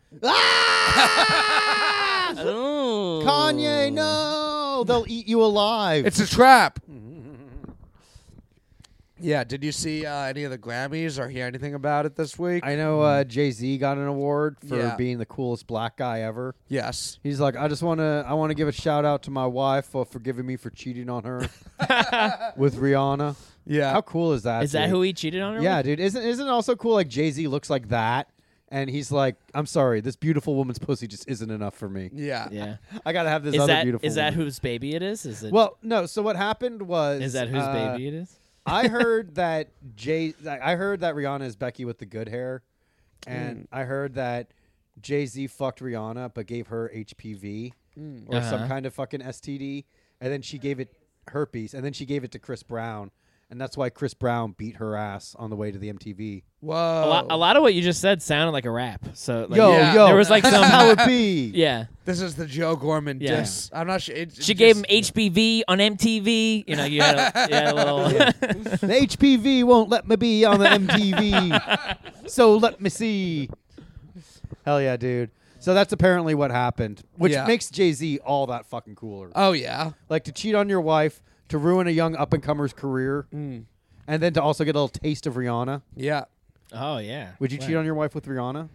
Oh.
Kanye, no! They'll eat you alive.
Oh. It's a trap. yeah. Did you see uh, any of the Grammys or hear anything about it this week?
I know uh, Jay Z got an award for
Yeah.
being the coolest black guy ever.
yes.
He's like, I just want to, I want to give a shout out to my wife for forgiving me for cheating
(laughs)
on her with Rihanna.
Yeah.
How cool is that?
Is that
dude?
who he cheated on her
Yeah,
with?
dude. Isn't isn't it also cool? Like Jay Z looks like that, and he's like, I'm sorry, this beautiful woman's pussy just isn't enough for me.
yeah.
Yeah.
I gotta have this
Is
other
that
beautiful.
is that
woman."
whose baby it is? Is it
Well, no. So what happened was
is that whose
uh,
baby it is?
I heard that Jay. I heard that Rihanna is Becky with the good hair, and I heard that Jay Z fucked Rihanna but gave her HPV or some
Uh-huh.
kind of fucking STD, and then she gave it herpes, and then she gave it to Chris Brown, and that's why Chris Brown beat her ass on the way to the MTV.
Whoa.
A lot, a lot of what you just said sounded like a rap. So like,
oh. yo,
yeah.
yo,
There
(laughs)
was, like,
that's
some-
how it be.
(laughs) yeah.
This is the Joe Gorman
Yeah.
diss. I'm not sure. It,
She
it
gave him
just-
HPV on MTV. You know, you had (laughs) a, you had a little.
The HPV won't let me be on the
(laughs)
MTV, so let me see. Hell yeah, dude. So that's apparently what happened, which
Yeah.
makes Jay Z all that fucking cooler.
Oh yeah.
like to cheat on your wife, to ruin a young up and comer's career,
Mm.
and then to also get a little taste of Rihanna.
Yeah.
oh yeah.
Would you cheat on your wife with Rihanna?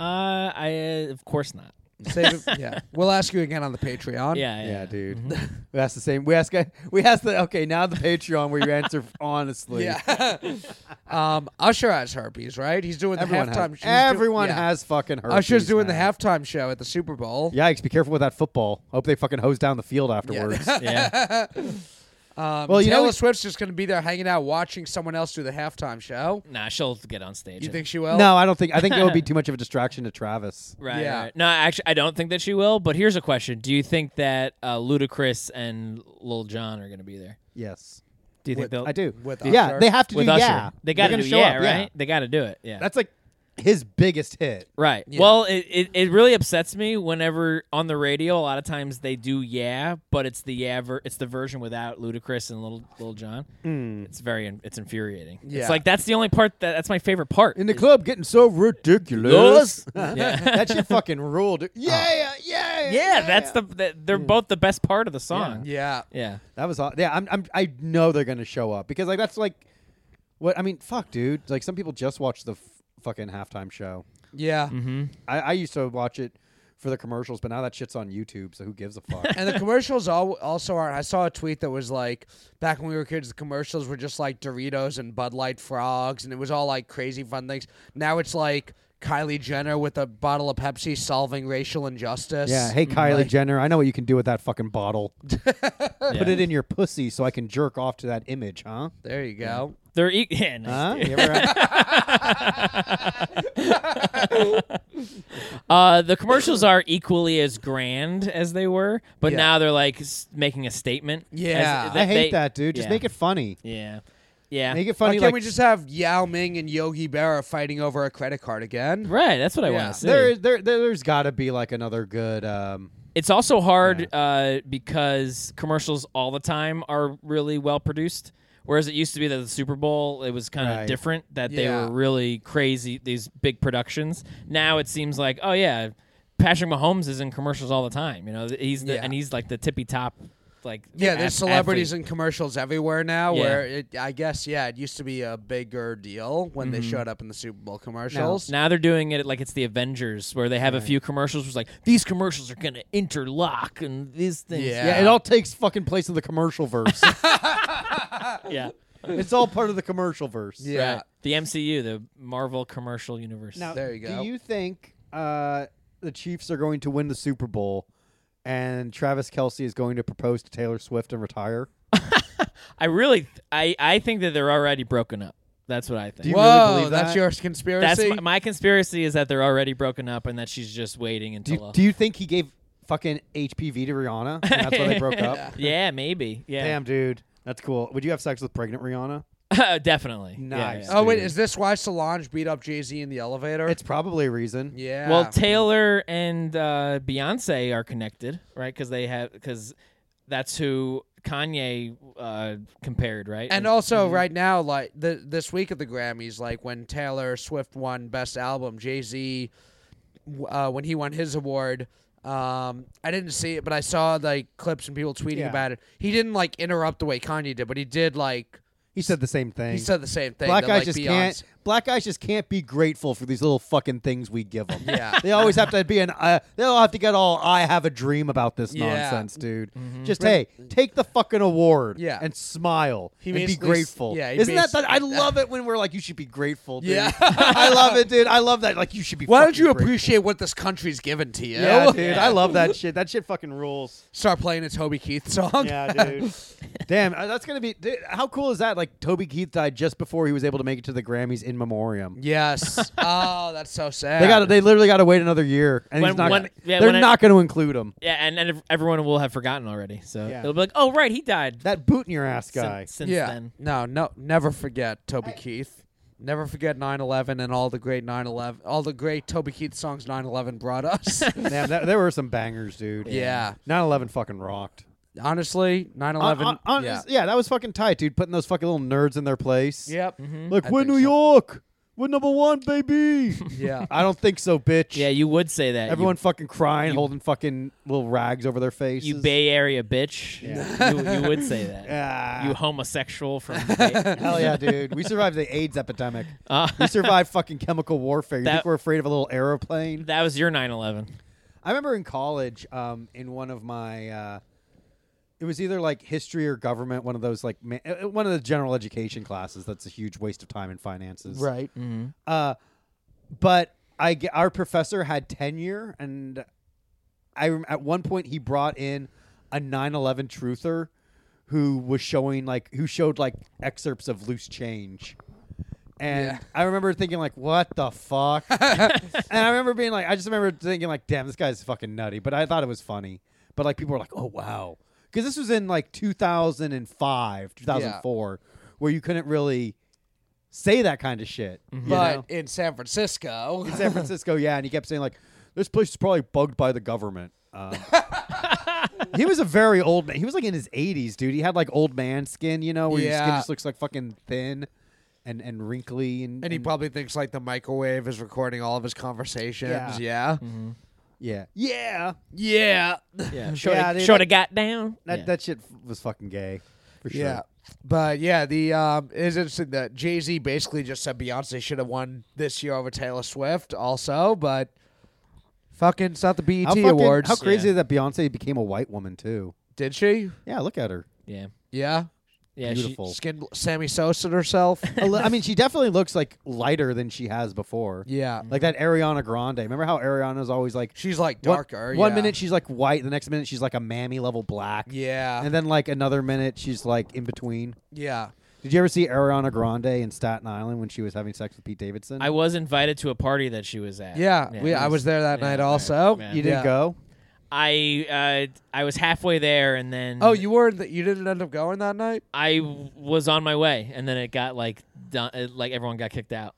Uh, I uh, of course not.
Save
(laughs)
it. yeah. We'll ask you again on the Patreon.
Yeah. Yeah.
Um, dude.
Mm-hmm.
(laughs) That's the same. We ask. We ask the okay. Now the Patreon where you
(laughs)
answer honestly.
Yeah. (laughs) um, Usher has herpes, right? He's doing
Everyone
the
has.
halftime. he's do-
everyone
yeah.
has fucking herpes.
Usher's doing
man.
the halftime show at the Super Bowl.
Yikes! Be careful with that football. Hope they fucking hose down the field (laughs) afterwards.
(laughs) Yeah.
(laughs) Um,
Well,
well,
you
you
know
Taylor
we-
Swift's just going to be there hanging out, watching someone else do the halftime show.
nah, she'll get on stage.
You
and-
think she will?
No, I don't think. I think it (laughs) would be too much of a distraction to Travis.
Right,
Yeah.
right. No, actually, I don't think that she will. But here's a question: Do you think that uh, Ludacris and Lil Jon are going to be there?
Yes,
Do you think they'll?
I do.
With
yeah,
Usher?
they have to
With
do.
Usher,
Yeah,
they got to
They're
do
gonna show
yeah,
up,
right? They got to do it. Yeah,
That's like his biggest hit.
right.
Yeah.
Well, it, it it really upsets me whenever on the radio a lot of times they do yeah, but it's the yeah ver- it's the version without Ludacris and Lil Lil Jon.
Hmm.
It's very in- it's infuriating.
Yeah.
It's like that's the only part that that's my favorite part.
In the club, getting so ridiculous. (laughs) Oh.
Yes. Yeah.
that shit fucking (laughs) ruled. Yeah, yeah,
yeah, that's the that,
Hmm.
they're both the best part of the song.
Yeah.
yeah.
That was aw- yeah. I'm, I'm I know they're gonna show up because like that's like what I mean. Fuck, dude. Like some people just watch the f- fucking halftime show.
Yeah.
Mm-hmm.
I, I used to watch it for the commercials, but now that shit's on YouTube. So who gives a
(laughs)
fuck?
and the commercials al- also aren't. I saw a tweet that was like, back when we were kids, the commercials were just like Doritos and Bud Light frogs, and it was all like crazy fun things. Now it's like Kylie Jenner with a bottle of Pepsi solving racial injustice.
yeah. Hey, Kylie Jenner, I know what you can do with that fucking (laughs) bottle. Put
Yeah.
it in your pussy so I can jerk off to that image, huh?
There you go.
They're e- (laughs) yeah, nice,
Huh?
dude.
You
(laughs)
ever-
Uh, the commercials are equally as grand as they were, but
Yeah.
now they're like s- making a statement. as-
Yeah.
I hate
they-
that, dude. Just
yeah.
make it funny.
Yeah, yeah,
Make it
Why
funny.
can't
like
we just have Yao Ming and Yogi Berra fighting over a credit card again?
right. That's what I
Yeah.
want to see.
there, there, there's got to be like another good. Um,
it's also hard uh, because commercials all the time are really well produced. Whereas it used to be that the Super Bowl, it was kind of
Right.
different that
Yeah.
they were really crazy these big productions. Now it seems like oh yeah, Patrick Mahomes is in commercials all the time. You know he's the,
Yeah.
and he's like the tippy top like
Yeah,
ath-
there's celebrities
athlete.
and commercials everywhere now.
Yeah.
Where it, I guess, yeah, it used to be a bigger deal when
Mm-hmm.
they showed up in the Super Bowl commercials.
Now they're doing it like it's the Avengers, where they have a few commercials. Where it's like these commercials are gonna interlock and these things.
Yeah.
yeah, it all takes fucking place in the commercial (laughs) verse.
yeah.
it's all part of the commercial verse.
yeah,
Right. The MCU, the Marvel commercial universe.
Now,
There you go.
Do you think uh, the Chiefs are going to win the Super Bowl, and Travis Kelsey is going to propose to Taylor Swift and retire?
I really, I, I think that they're already broken up. That's what I think.
Do you
Whoa,
really believe
that's
that?
your conspiracy.
That's my, my conspiracy is that they're already broken up and that she's just waiting
Do
until.
you,
a-
do you think he gave fucking HPV to Rihanna? And that's
(laughs)
why they broke up.
yeah, maybe. Yeah,
Damn, dude, that's cool. Would you have sex with pregnant Rihanna?
(laughs) definitely. Yeah,
Nice.
yeah.
oh wait,
dude.
is this why Solange beat up Jay Z in the elevator?
It's probably a reason.
yeah.
Well, Taylor and uh, Beyonce are connected, right? Because they have because that's who Kanye uh, compared, right?
and oh also
Mm-hmm.
right now, like the this week at the Grammys, like when Taylor Swift won Best Album, Jay Z, uh, when he won his award. Um, I didn't see it, but I saw like clips and people tweeting
Yeah.
about it. He didn't like interrupt the way Kanye did, but he did like
He said the same thing.
he said the same thing.
black
that,
guys
like,
just
Beyonce-
can't. Black guys just can't be grateful for these little fucking things we give them.
Yeah.
they always have to be an. Uh, they all have to get all. I have a dream about this
Yeah. Mm-hmm.
nonsense, dude. Just hey, take the fucking award.
Yeah.
and smile
He
and be
basically s-
grateful.
yeah, he
isn't that?
basically- (laughs)
I love it when we're like, you should be grateful. Dude.
Yeah.
(laughs) I love it, dude. I love that. Like, you should be.
Why don't
fucking
you
grateful.
appreciate what this country's given to you?
Yeah, dude, I love that shit. That shit fucking rules.
Start playing a Toby Keith song.
Yeah, dude. Damn, uh, that's gonna be. Dude, how cool is that? Like Toby Keith died just before he was able to make it to the Grammys in memoriam.
(laughs) Yes.
(laughs)
oh, that's so sad.
They got. They literally got to wait another year, and he's
When-
not.
when- yeah,
they're
when I-
not going to include him.
yeah, and, and ev- everyone will have forgotten already. So
Yeah.
it'll be like, oh right, he died.
That boot in your ass
sin-
guy.
Since
yeah.
then,
No, no, never forget Toby Keith. Never forget 9/11 and all the great 9/11, all the great Toby Keith songs 9/11 brought
(laughs)
us.
Damn, that, there were some bangers, dude.
Yeah.
9/11 fucking rocked.
Honestly, 9/11.
On- on-
yeah.
yeah, that was fucking tight, dude. Putting those fucking little nerds in their place.
Yep.
Mm-hmm.
Like
I
we're
think
New
so.
York. We're number one, baby.
Mm-hmm.
(laughs) Yeah.
(laughs) I don't think so, bitch.
yeah, you would say that. You-
Everyone fucking crying, holding fucking little rags over their faces.
you, Bay Area bitch. You, you would say
(laughs)
that.
Ah.
You homosexual from. Bay-
Hell yeah, dude. We survived the AIDS epidemic.
(laughs) Uh,
We survived fucking chemical warfare. You think
That-
we're afraid of a little aeroplane?
that was your 9/11.
I remember in college, um, in one of my, uh, it was either like history or government, one of those like ma- uh, one of the general education classes. That's a huge waste of time and finances,
Right.
Uh, but I ge- our professor had tenure, and I rem- at one point he brought in a 9/11 truther who was showing like who showed like excerpts of Loose Change. And
Yeah.
I remember thinking like, "What
(laughs)
the fuck?" and I remember being like, I just remember thinking like, "Damn, this guy's fucking nutty." But I thought it was funny. But like people were like, "Oh wow," because this was in like 2005, 2004, where you couldn't really say that kind of shit. you
But
know?
in San Francisco,
in San Francisco, yeah, and he kept saying like, "This place is probably bugged by the government." Um, he was a very old man. He was like in his 80s, dude. He had like old man skin, you know, where your skin
Yeah.
just looks like fucking thin and and wrinkly and,
and he probably thinks like the microwave is recording all of his conversations. Yeah.
Mm-hmm.
yeah yeah
Yeah.
(laughs) Yeah,
Yeah,
short
dude,
short of got down.
that
Yeah.
that shit f- was fucking gay for sure.
Yeah. But yeah, the um it is interesting that Jay Z basically just said Beyonce should have won this year over Taylor Swift also, but fucking it's not the BET
How, fucking,
E awards.
how crazy
Yeah.
that Beyonce became a white woman too.
Did she?
Yeah, look at her.
yeah,
Yeah.
yeah. she-
Beautiful.
Skin Sammy Sosa herself.
A li- I mean, she definitely looks like lighter than she has before.
yeah.
Like that Ariana Grande. Remember how Ariana's always like
She's like
One-
darker.
One,
yeah.
minute she's like white, the next minute she's like a mammy level black.
Yeah.
And then like another minute she's like in between.
yeah.
Did you ever see Ariana Grande in Staten Island when she was having sex with Pete Davidson?
I was invited to a party that she was at.
Yeah. we, I was there that
yeah,
night
right,
also.
yeah.
you didn't
Yeah.
go.
I uh, I was halfway there, and then
Oh, you were the, you didn't end up going that night?
I w- was on my way, and then it got like done, it, like everyone got kicked out.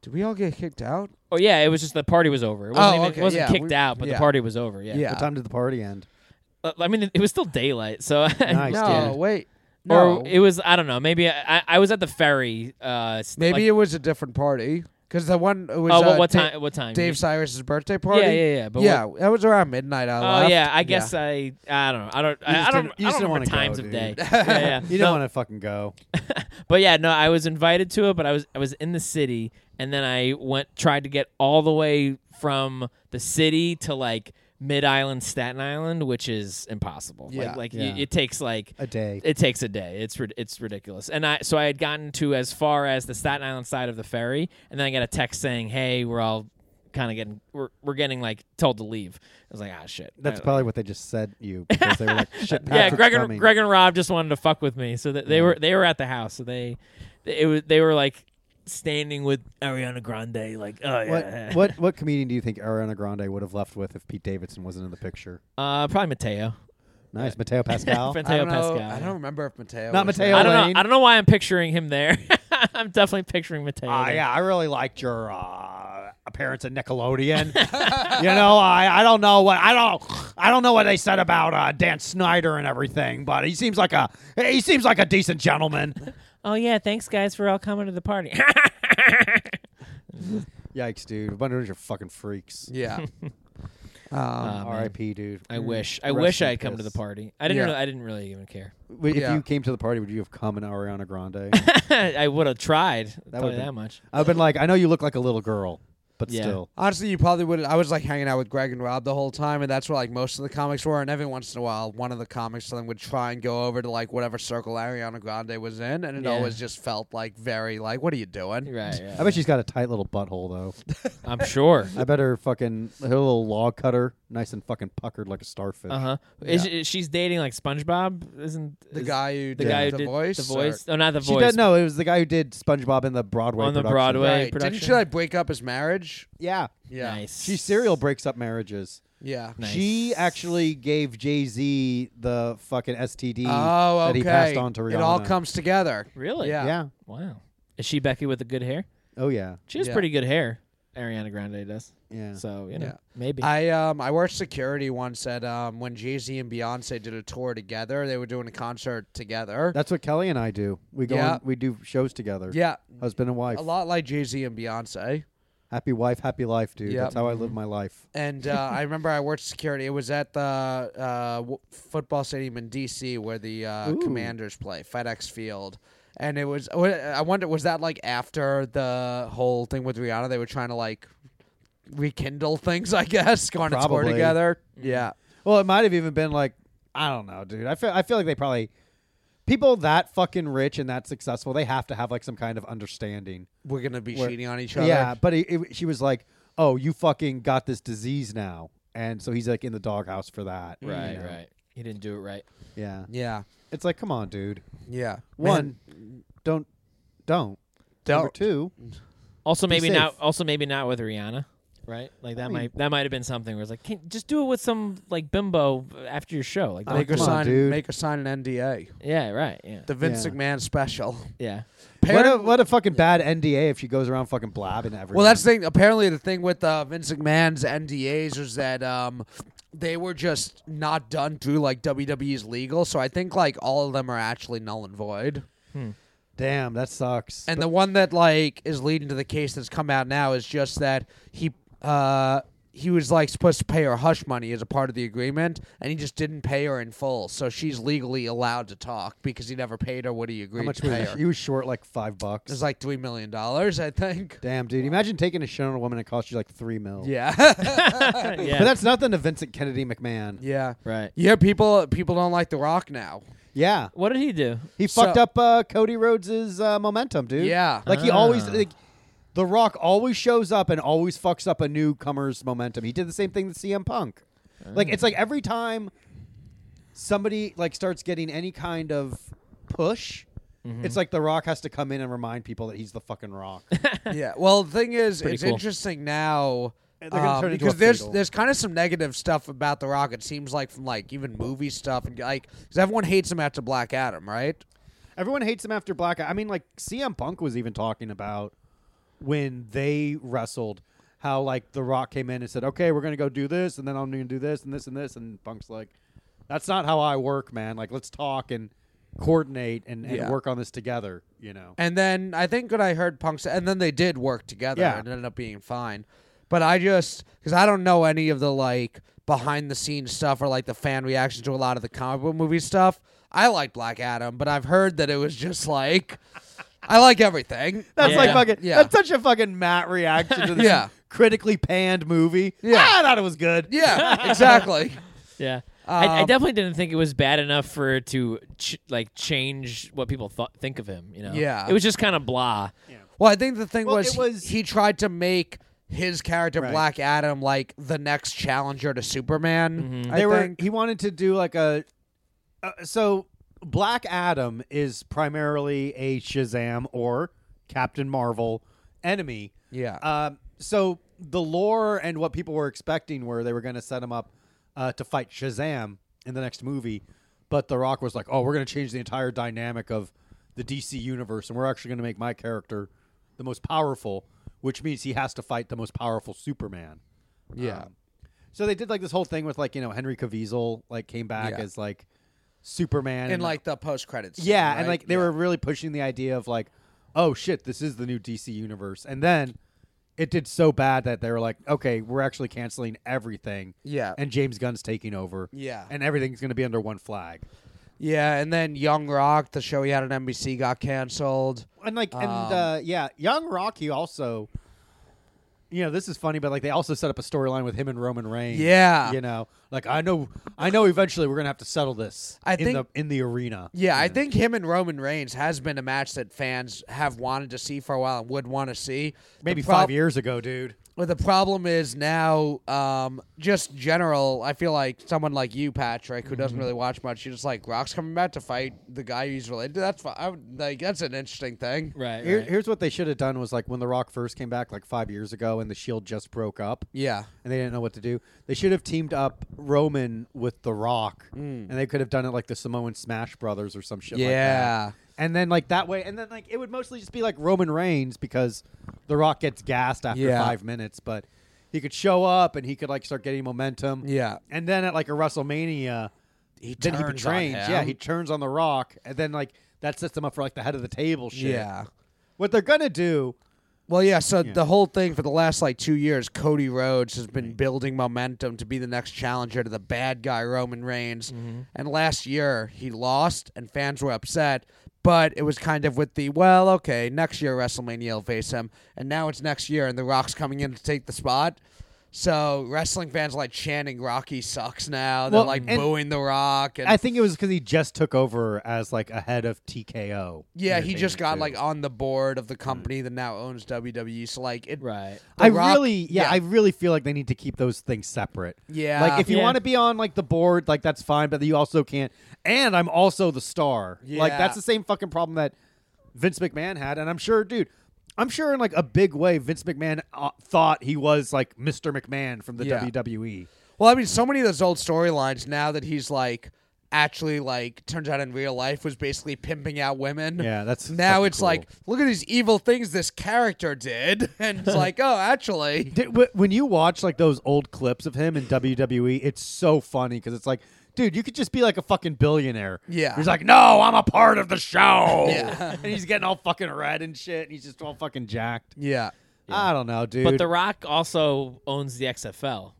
Did we all get kicked out?
Oh yeah, it was just the party was over. It wasn't,
Oh,
even,
okay,
it wasn't
yeah,
kicked
we-
out, but
yeah.
the party was over. Yeah.
Yeah.
What time did the party end?
Uh, I mean, it, it was still daylight, so (laughs)
Nice,
no,
dude.
wait. No.
or it was I don't know. Maybe I, I, I was at the ferry. Uh, st-
Maybe
Like,
it was a different party. Because the one it was
oh,
uh,
what, what
Da-
time? What time?
Dave Cyrus's birthday party.
Yeah, yeah, yeah, but
yeah, that was around midnight. I
Oh
left.
yeah, I guess I I don't know. I don't
You
I,
just
I don't
didn't- you
I
just
don't
didn't
remember
wanna
times
go,
of day.
dude.
(laughs) yeah, yeah.
(laughs) You
No,
don't want to fucking go.
But yeah, no, I was invited to it, but I was I was in the city, and then I went tried to get all the way from the city to like Mid Island, Staten Island, which is impossible.
Yeah.
Like, like
Yeah.
y- it takes like
A day.
it takes a day. It's rid- it's ridiculous. And I so I had gotten to as far as the Staten Island side of the ferry, and then I got a text saying, "Hey, we're all kind of getting we're, we're getting like told to leave. I was like, ah, shit.
That's
I-
probably what they just said you because they were
(laughs)
like, "Shit,
yeah.
Patrick's
Greg and
coming."
Greg and Rob just wanted to fuck with me, so that they were they were at the house, so they it was they were like standing with Ariana Grande, like oh yeah. (laughs)
What, what what comedian do you think Ariana Grande would have left with if Pete Davidson wasn't in the picture?
Uh, probably Mateo.
Nice, Mateo
(laughs)
Pascal.
I
Mateo
don't, know,
Pascal.
I
yeah.
don't remember if Mateo.
Not
was
Mateo.
there.
I don't
Lane.
know. I don't know why I'm picturing him there. (laughs) I'm definitely picturing Mateo.
Ah,
there.
yeah, I really liked your uh, appearance in Nickelodeon. (laughs) you know, I, I don't know what I don't I don't know what they said about uh, Dan Snyder and everything, but he seems like a he seems like a decent gentleman.
Oh yeah, thanks guys for all coming to the party. (clears throat)
Yikes, dude! A bunch of your fucking freaks.
(laughs) Yeah.
(laughs)
um,
Um,
R.I.P. Dude.
I wish. I
Rest
wish
in
I had come to the
piss.
party. I didn't.
Yeah.
Really, I didn't really even care. (laughs)
Wait, If
Yeah.
you came to the party, would you have come in Ariana Grande? (laughs)
I would have tried. That
would've been-
that much.
I've been like, I know you look like a little girl, but
Yeah.
still.
Honestly, you probably would. I was like hanging out with Greg and Rob the whole time, and that's where like most of the comics were. And every once in a while, one of the comics then would try and go over to like whatever circle Ariana Grande was in, and it
Yeah.
always just felt like very like, "What are you doing?"
Right.
(laughs)
I
right.
bet she's got a tight little butthole though.
I'm sure.
I bet her fucking her little log cutter, nice and fucking puckered like a starfish.
Uh huh. Is, is she's dating like SpongeBob? Isn't
The
is
guy who
the
did
guy who
the
did
voice,
the
or-
voice? Oh, not the
She
voice.
did no, it was the guy who did SpongeBob in the Broadway
On the
production.
Broadway.
right? Didn't she
production.
like break up his marriage?
Yeah,
Yeah.
Nice.
she serial breaks up marriages.
Yeah.
Nice.
She actually gave Jay Z the fucking STD
Oh, okay.
that he passed on to Rihanna.
It all comes together.
Really?
Yeah.
Yeah.
Wow. Is she Becky with the good hair?
Oh yeah.
She has
Yeah.
pretty good hair. Ariana Grande does.
Yeah.
So you know,
Yeah.
maybe.
I um I worked security once at um when Jay Z and Beyonce did a tour together. They were doing a concert together.
That's what Kelly and I do. We go.
Yeah.
On, we do shows together.
yeah,
Husband and wife.
a lot like Jay Z and Beyonce.
Happy wife, happy life, dude.
Yeah.
That's how I live my life.
And uh, I remember I worked security. It was at the uh, w- football stadium in D.C. where the uh,
Ooh.
Commanders play, FedEx Field. And it was, I wonder, was that like after the whole thing with Rihanna? They were trying to like rekindle things, I guess, going to tour
Probably. Mm-hmm.
together. Yeah.
Well, it might have even been like I don't know, dude. I feel I feel like they probably people that fucking rich and that successful, they have to have like some kind of understanding.
We're going to be
Where-
cheating on each other.
Yeah, but it, it- she was like, "Oh, you fucking got this disease now," and so he's like in the doghouse for that. you
Mm. right.
know?
Right. He didn't do it right.
Yeah,
Yeah.
it's like, come on, dude.
Yeah.
One, don't, don't. Number
Don't.
two,
Also,
Be
maybe
safe.
not. Also, maybe not with Rihanna, right? Like that
mean-
might that might have been something where it's like, can, just do it with some like bimbo after your show. Like,
Make her
come on,
sign.
dude.
make her sign an NDA.
yeah, right, yeah,
The Vince
Yeah.
McMahon special.
yeah.
what a
Parent-
what a fucking bad NDA if she goes around fucking blabbing everything.
Well, that's the thing. Apparently, the thing with uh, Vince McMahon's NDAs was that um, they were just not done through like WWE's legal. So I think like all of them are actually null and void.
damn. That sucks.
And the one that like is leading to the case that's come out now is just that he uh, he was like supposed to pay her hush money as a part of the agreement, and he just didn't pay her in full. So she's legally allowed to talk because he never paid her what he agreed
How much
to
was
pay
he?
her.
He was short like five bucks.
It was like three million dollars, I think.
Damn, dude! Imagine taking a shit on a woman and cost you like three mil.
Yeah,
(laughs)
(laughs)
yeah.
but that's nothing to Vincent Kennedy McMahon. Yeah,
yeah.
right.
Yeah, people people don't like The Rock
(laughs)
now.
What did he do?
he
So-
fucked up uh, Cody Rhodes's uh, momentum, dude.
Yeah.
like he always,
Ah.
like, The Rock always shows up and always fucks up a newcomer's momentum. He did the same thing with CM Punk. Like it's like every time somebody like starts getting any kind of push,
Mm-hmm.
it's like The Rock has to come in and remind people that he's the fucking Rock.
yeah. Well, the thing is,
Pretty
it's
cool.
interesting now.
And they're gonna
um,
turn it into
because
a
there's
feudal.
there's kind of some negative stuff about The Rock. It seems like from like even movie stuff and like because everyone hates him after Black Adam, right?
Everyone hates him after Black. I mean, like CM Punk was even talking about when they wrestled how like The Rock came in and said, "Okay, we're gonna go do this, and then I'm gonna do this and this and this," and Punk's like, "That's not how I work, man. Like, let's talk and coordinate and, and
Yeah.
work on this together." You know?
And then I think what I heard Punk say, and then they did work together
Yeah.
and it ended up being fine. But I just because I don't know any of the like behind the scenes stuff or like the fan reactions to a lot of the comic book movie stuff. I like Black Adam, but I've heard that it was just like I like everything.
(laughs) That's
Yeah.
like fucking.
Yeah.
That's such a fucking Matt reaction to this
(laughs) Yeah.
critically panned movie.
Yeah.
"Ah, I thought it was good.
Yeah, exactly.
Yeah. I, I
Um,
definitely didn't think it was bad enough for it to ch- like change what people thought think of him. You know,
Yeah.
It was just kind of blah.
Well, I think the thing
Well,
was,
it
he-
was-
he, tried to make his character
Right.
Black Adam like the next challenger to Superman. I
Mm-hmm. they were
think.
he wanted to do like a uh, so Black Adam is primarily a Shazam or Captain Marvel enemy.
Yeah.
Um, so the lore and what people were expecting were they were going to set him up uh, to fight Shazam in the next movie, but The Rock was like, "Oh, we're going to change the entire dynamic of the DC universe, and we're actually going to make my character the most powerful, which means he has to fight the most powerful Superman."
Yeah.
Um, so they did like this whole thing with like you know Henry Caviezel like came back
Yeah.
as like Superman
in like the post credits.
yeah, and like they were really pushing the idea of like, oh shit, this is the new DC universe. And then it did so bad that they were like, okay, we're actually canceling everything.
Yeah.
And James Gunn's taking over.
Yeah.
And everything's going to be under one flag.
Yeah, and then Young Rock, the show he had on NBC, got canceled.
And like and uh yeah, young Rocky also you know, this is funny, but like they also set up a storyline with him and Roman Reigns.
Yeah.
You know, like I know I know eventually we're going to have to settle this
I
in
think-
the in the arena.
Yeah, I think him and Roman Reigns has been a match that fans have wanted to see for a while and would want to see. The
Maybe
prob-
5 years ago, dude.
Well, the problem is now, um, just general. I feel like someone like you, Patrick, who
Mm-hmm.
doesn't really watch much, you're just like Rock's coming back to fight the guy he's related. to. That's fi- I would, like that's an interesting thing.
Right.
Here,
right.
Here's what they should have done was like when The Rock first came back like five years ago and the Shield just broke up
Yeah.
and they didn't know what to do. They should have teamed up Roman with The Rock
Hmm.
and they could have done it like the Samoan Smash Brothers or some shit like that.
Yeah.
And then like that way and then like it would mostly just be like Roman Reigns because The Rock gets gassed after
Yeah.
five minutes, but he could show up and he could like start getting momentum.
Yeah.
And then at like a WrestleMania
He
then
turns
he
on
betrays. Yeah,
him.
he turns on The Rock and then like that sets him up for like the head of the table shit.
Yeah.
What they're gonna do
Well, yeah. So the whole thing for the last like two years, Cody Rhodes has been building momentum to be the next challenger to the bad guy Roman Reigns.
Mm-hmm.
And last year he lost, and fans were upset. But it was kind of with the well, okay, next year WrestleMania will face him, and now it's next year, and The Rock's coming in to take the spot. So wrestling fans are, like chanting "Rocky sucks" now. They're
Well,
like
and-
booing The Rock, and
I think it was because he just took over as like a head of TKO.
yeah, he just
Entertainment,
got
too.
like on the board of the company that now owns WWE. So like it,
Right.
The
I
Rock-
really, yeah,
yeah.
I really feel like they need to keep those things separate.
Yeah.
like if you
Yeah.
want to be on like the board, like that's fine, but you also can't. And I'm also the star. Like
Yeah.
that's the same fucking problem that Vince McMahon had, and I'm sure, dude. I'm sure in like a big way, Vince McMahon uh, thought he was like Mr. McMahon from the E.
Yeah.
WWE.
Well, I mean, so many of those old storylines now that he's like actually like turns out in real life was basically pimping out women.
Yeah, that's
Now
fucking
it's like, look at these evil things this character did, (laughs) and it's like, oh,
(laughs)
actually,
Did, wh- when you watch like those old clips of him in WWE, it's so funny because it's like, dude, you could just be like a fucking billionaire.
Yeah.
He's like, no, I'm a part of the show.
(laughs) Yeah.
(laughs) and he's getting all fucking red and shit, and he's just all fucking jacked.
yeah,
I don't know, dude.
But The Rock also owns the XFL,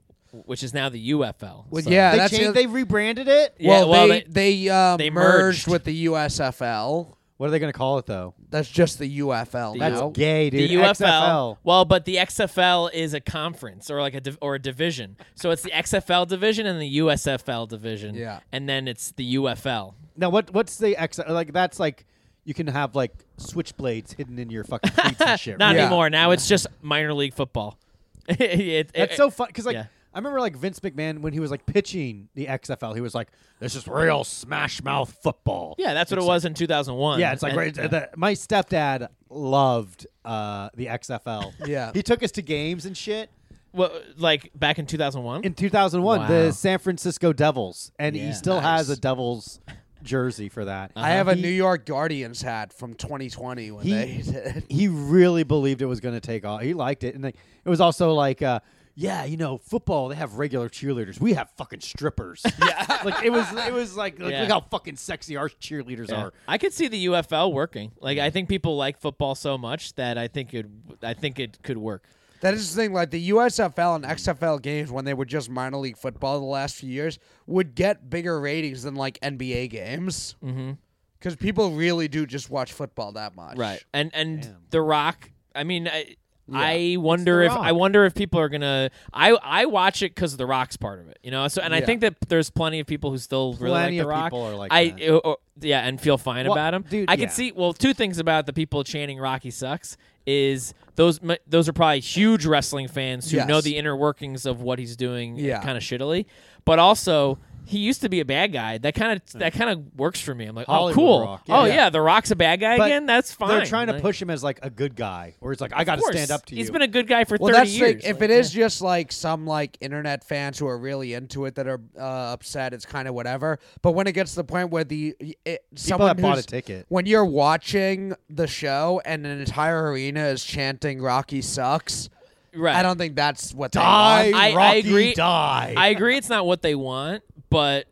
which is now the UFL.
well,
so-
yeah,
they
that's the
changed,
other-
they rebranded it.
Yeah,
well,
well,
they they, uh,
they
merged
merged.
with the USFL.
What are they gonna call it though?
That's just the UFL
That's
now.
gay, dude.
the UFL.
XFL.
Well, but the XFL is a conference or like a div- or a division. So it's the XFL division and the USFL division.
Yeah.
And then it's the UFL.
Now what? What's the X? Like that's like you can have like switchblades hidden in your fucking tweets
(laughs)
and shit.
Not
right?
Yeah.
anymore. Now it's just minor league football. (laughs) It- it-
That's so fun because like
yeah.
I remember like Vince McMahon when he was like pitching the XFL, he was like, "This is real smash mouth football."
Yeah, that's what it was in 2001.
Yeah, it's like
And-
right, the- my stepdad loved uh, the XFL.
Yeah.
he took us to games and shit.
Well, like back in 2001.
In 2001, the
Wow.
San Francisco Devils, and
Yeah.
he still has
Nice. Uh-huh.
a Devils jersey for that.
I have a
He-
New York Guardians hat from 2020 when
He-
they (laughs) did.
he really believed it was going to take off. He liked it, and like it was also like, uh, yeah, you know, football they have regular cheerleaders. We have fucking
(laughs)
strippers. Yeah, (laughs) like it was, it was like, like,
Yeah.
look how fucking sexy our cheerleaders
Yeah.
are.
I could see the UFL working. Like I think people like football so much that I think it I think it could work.
That is the thing. Like the USFL and XFL games, when they were just minor league football the last few years, would get bigger ratings than like NBA games. Mm-hmm. Because people really do just watch football that much.
Right. And and
Damn.
The Rock. I mean, I, I wonder
The
if I
Rock.
wonder if people are gonna. I I watch it because the Rock's part of it, you know. So and I
Yeah.
think that there's plenty of people who still really
Plenty
like
of
the Rock.
people are like
I
that.
uh, uh, yeah, and feel fine
Well,
about him.
dude,
I can
yeah.
see. Well, two things about the people chanting "Rocky sucks" is those m- those are probably huge wrestling fans who
Yes.
know the inner workings of what he's doing,
Yeah.
kind of shittily, but also. He used to be a bad guy. That kind of that kind of works for me. I'm like,
Hollywood
oh, cool.
Rock,
Oh
yeah.
yeah, The Rock's a bad guy
But
again. That's fine.
They're trying to
Like-
push him as like a good guy, or it's like I got to
course.
stand up to you.
He's been a good guy for
Well,
30
that's
years.
like if it is just like some like internet fans who are really into it that are uh, upset, it's kind of whatever. But when it gets to the point where the it, someone
that bought
who's-
a ticket.
when you're watching the show and an entire arena is chanting "Rocky sucks,"
right.
I don't think that's what
die,
they want.
I- I
Rocky,
agree.
die.
I agree it's not what they want, but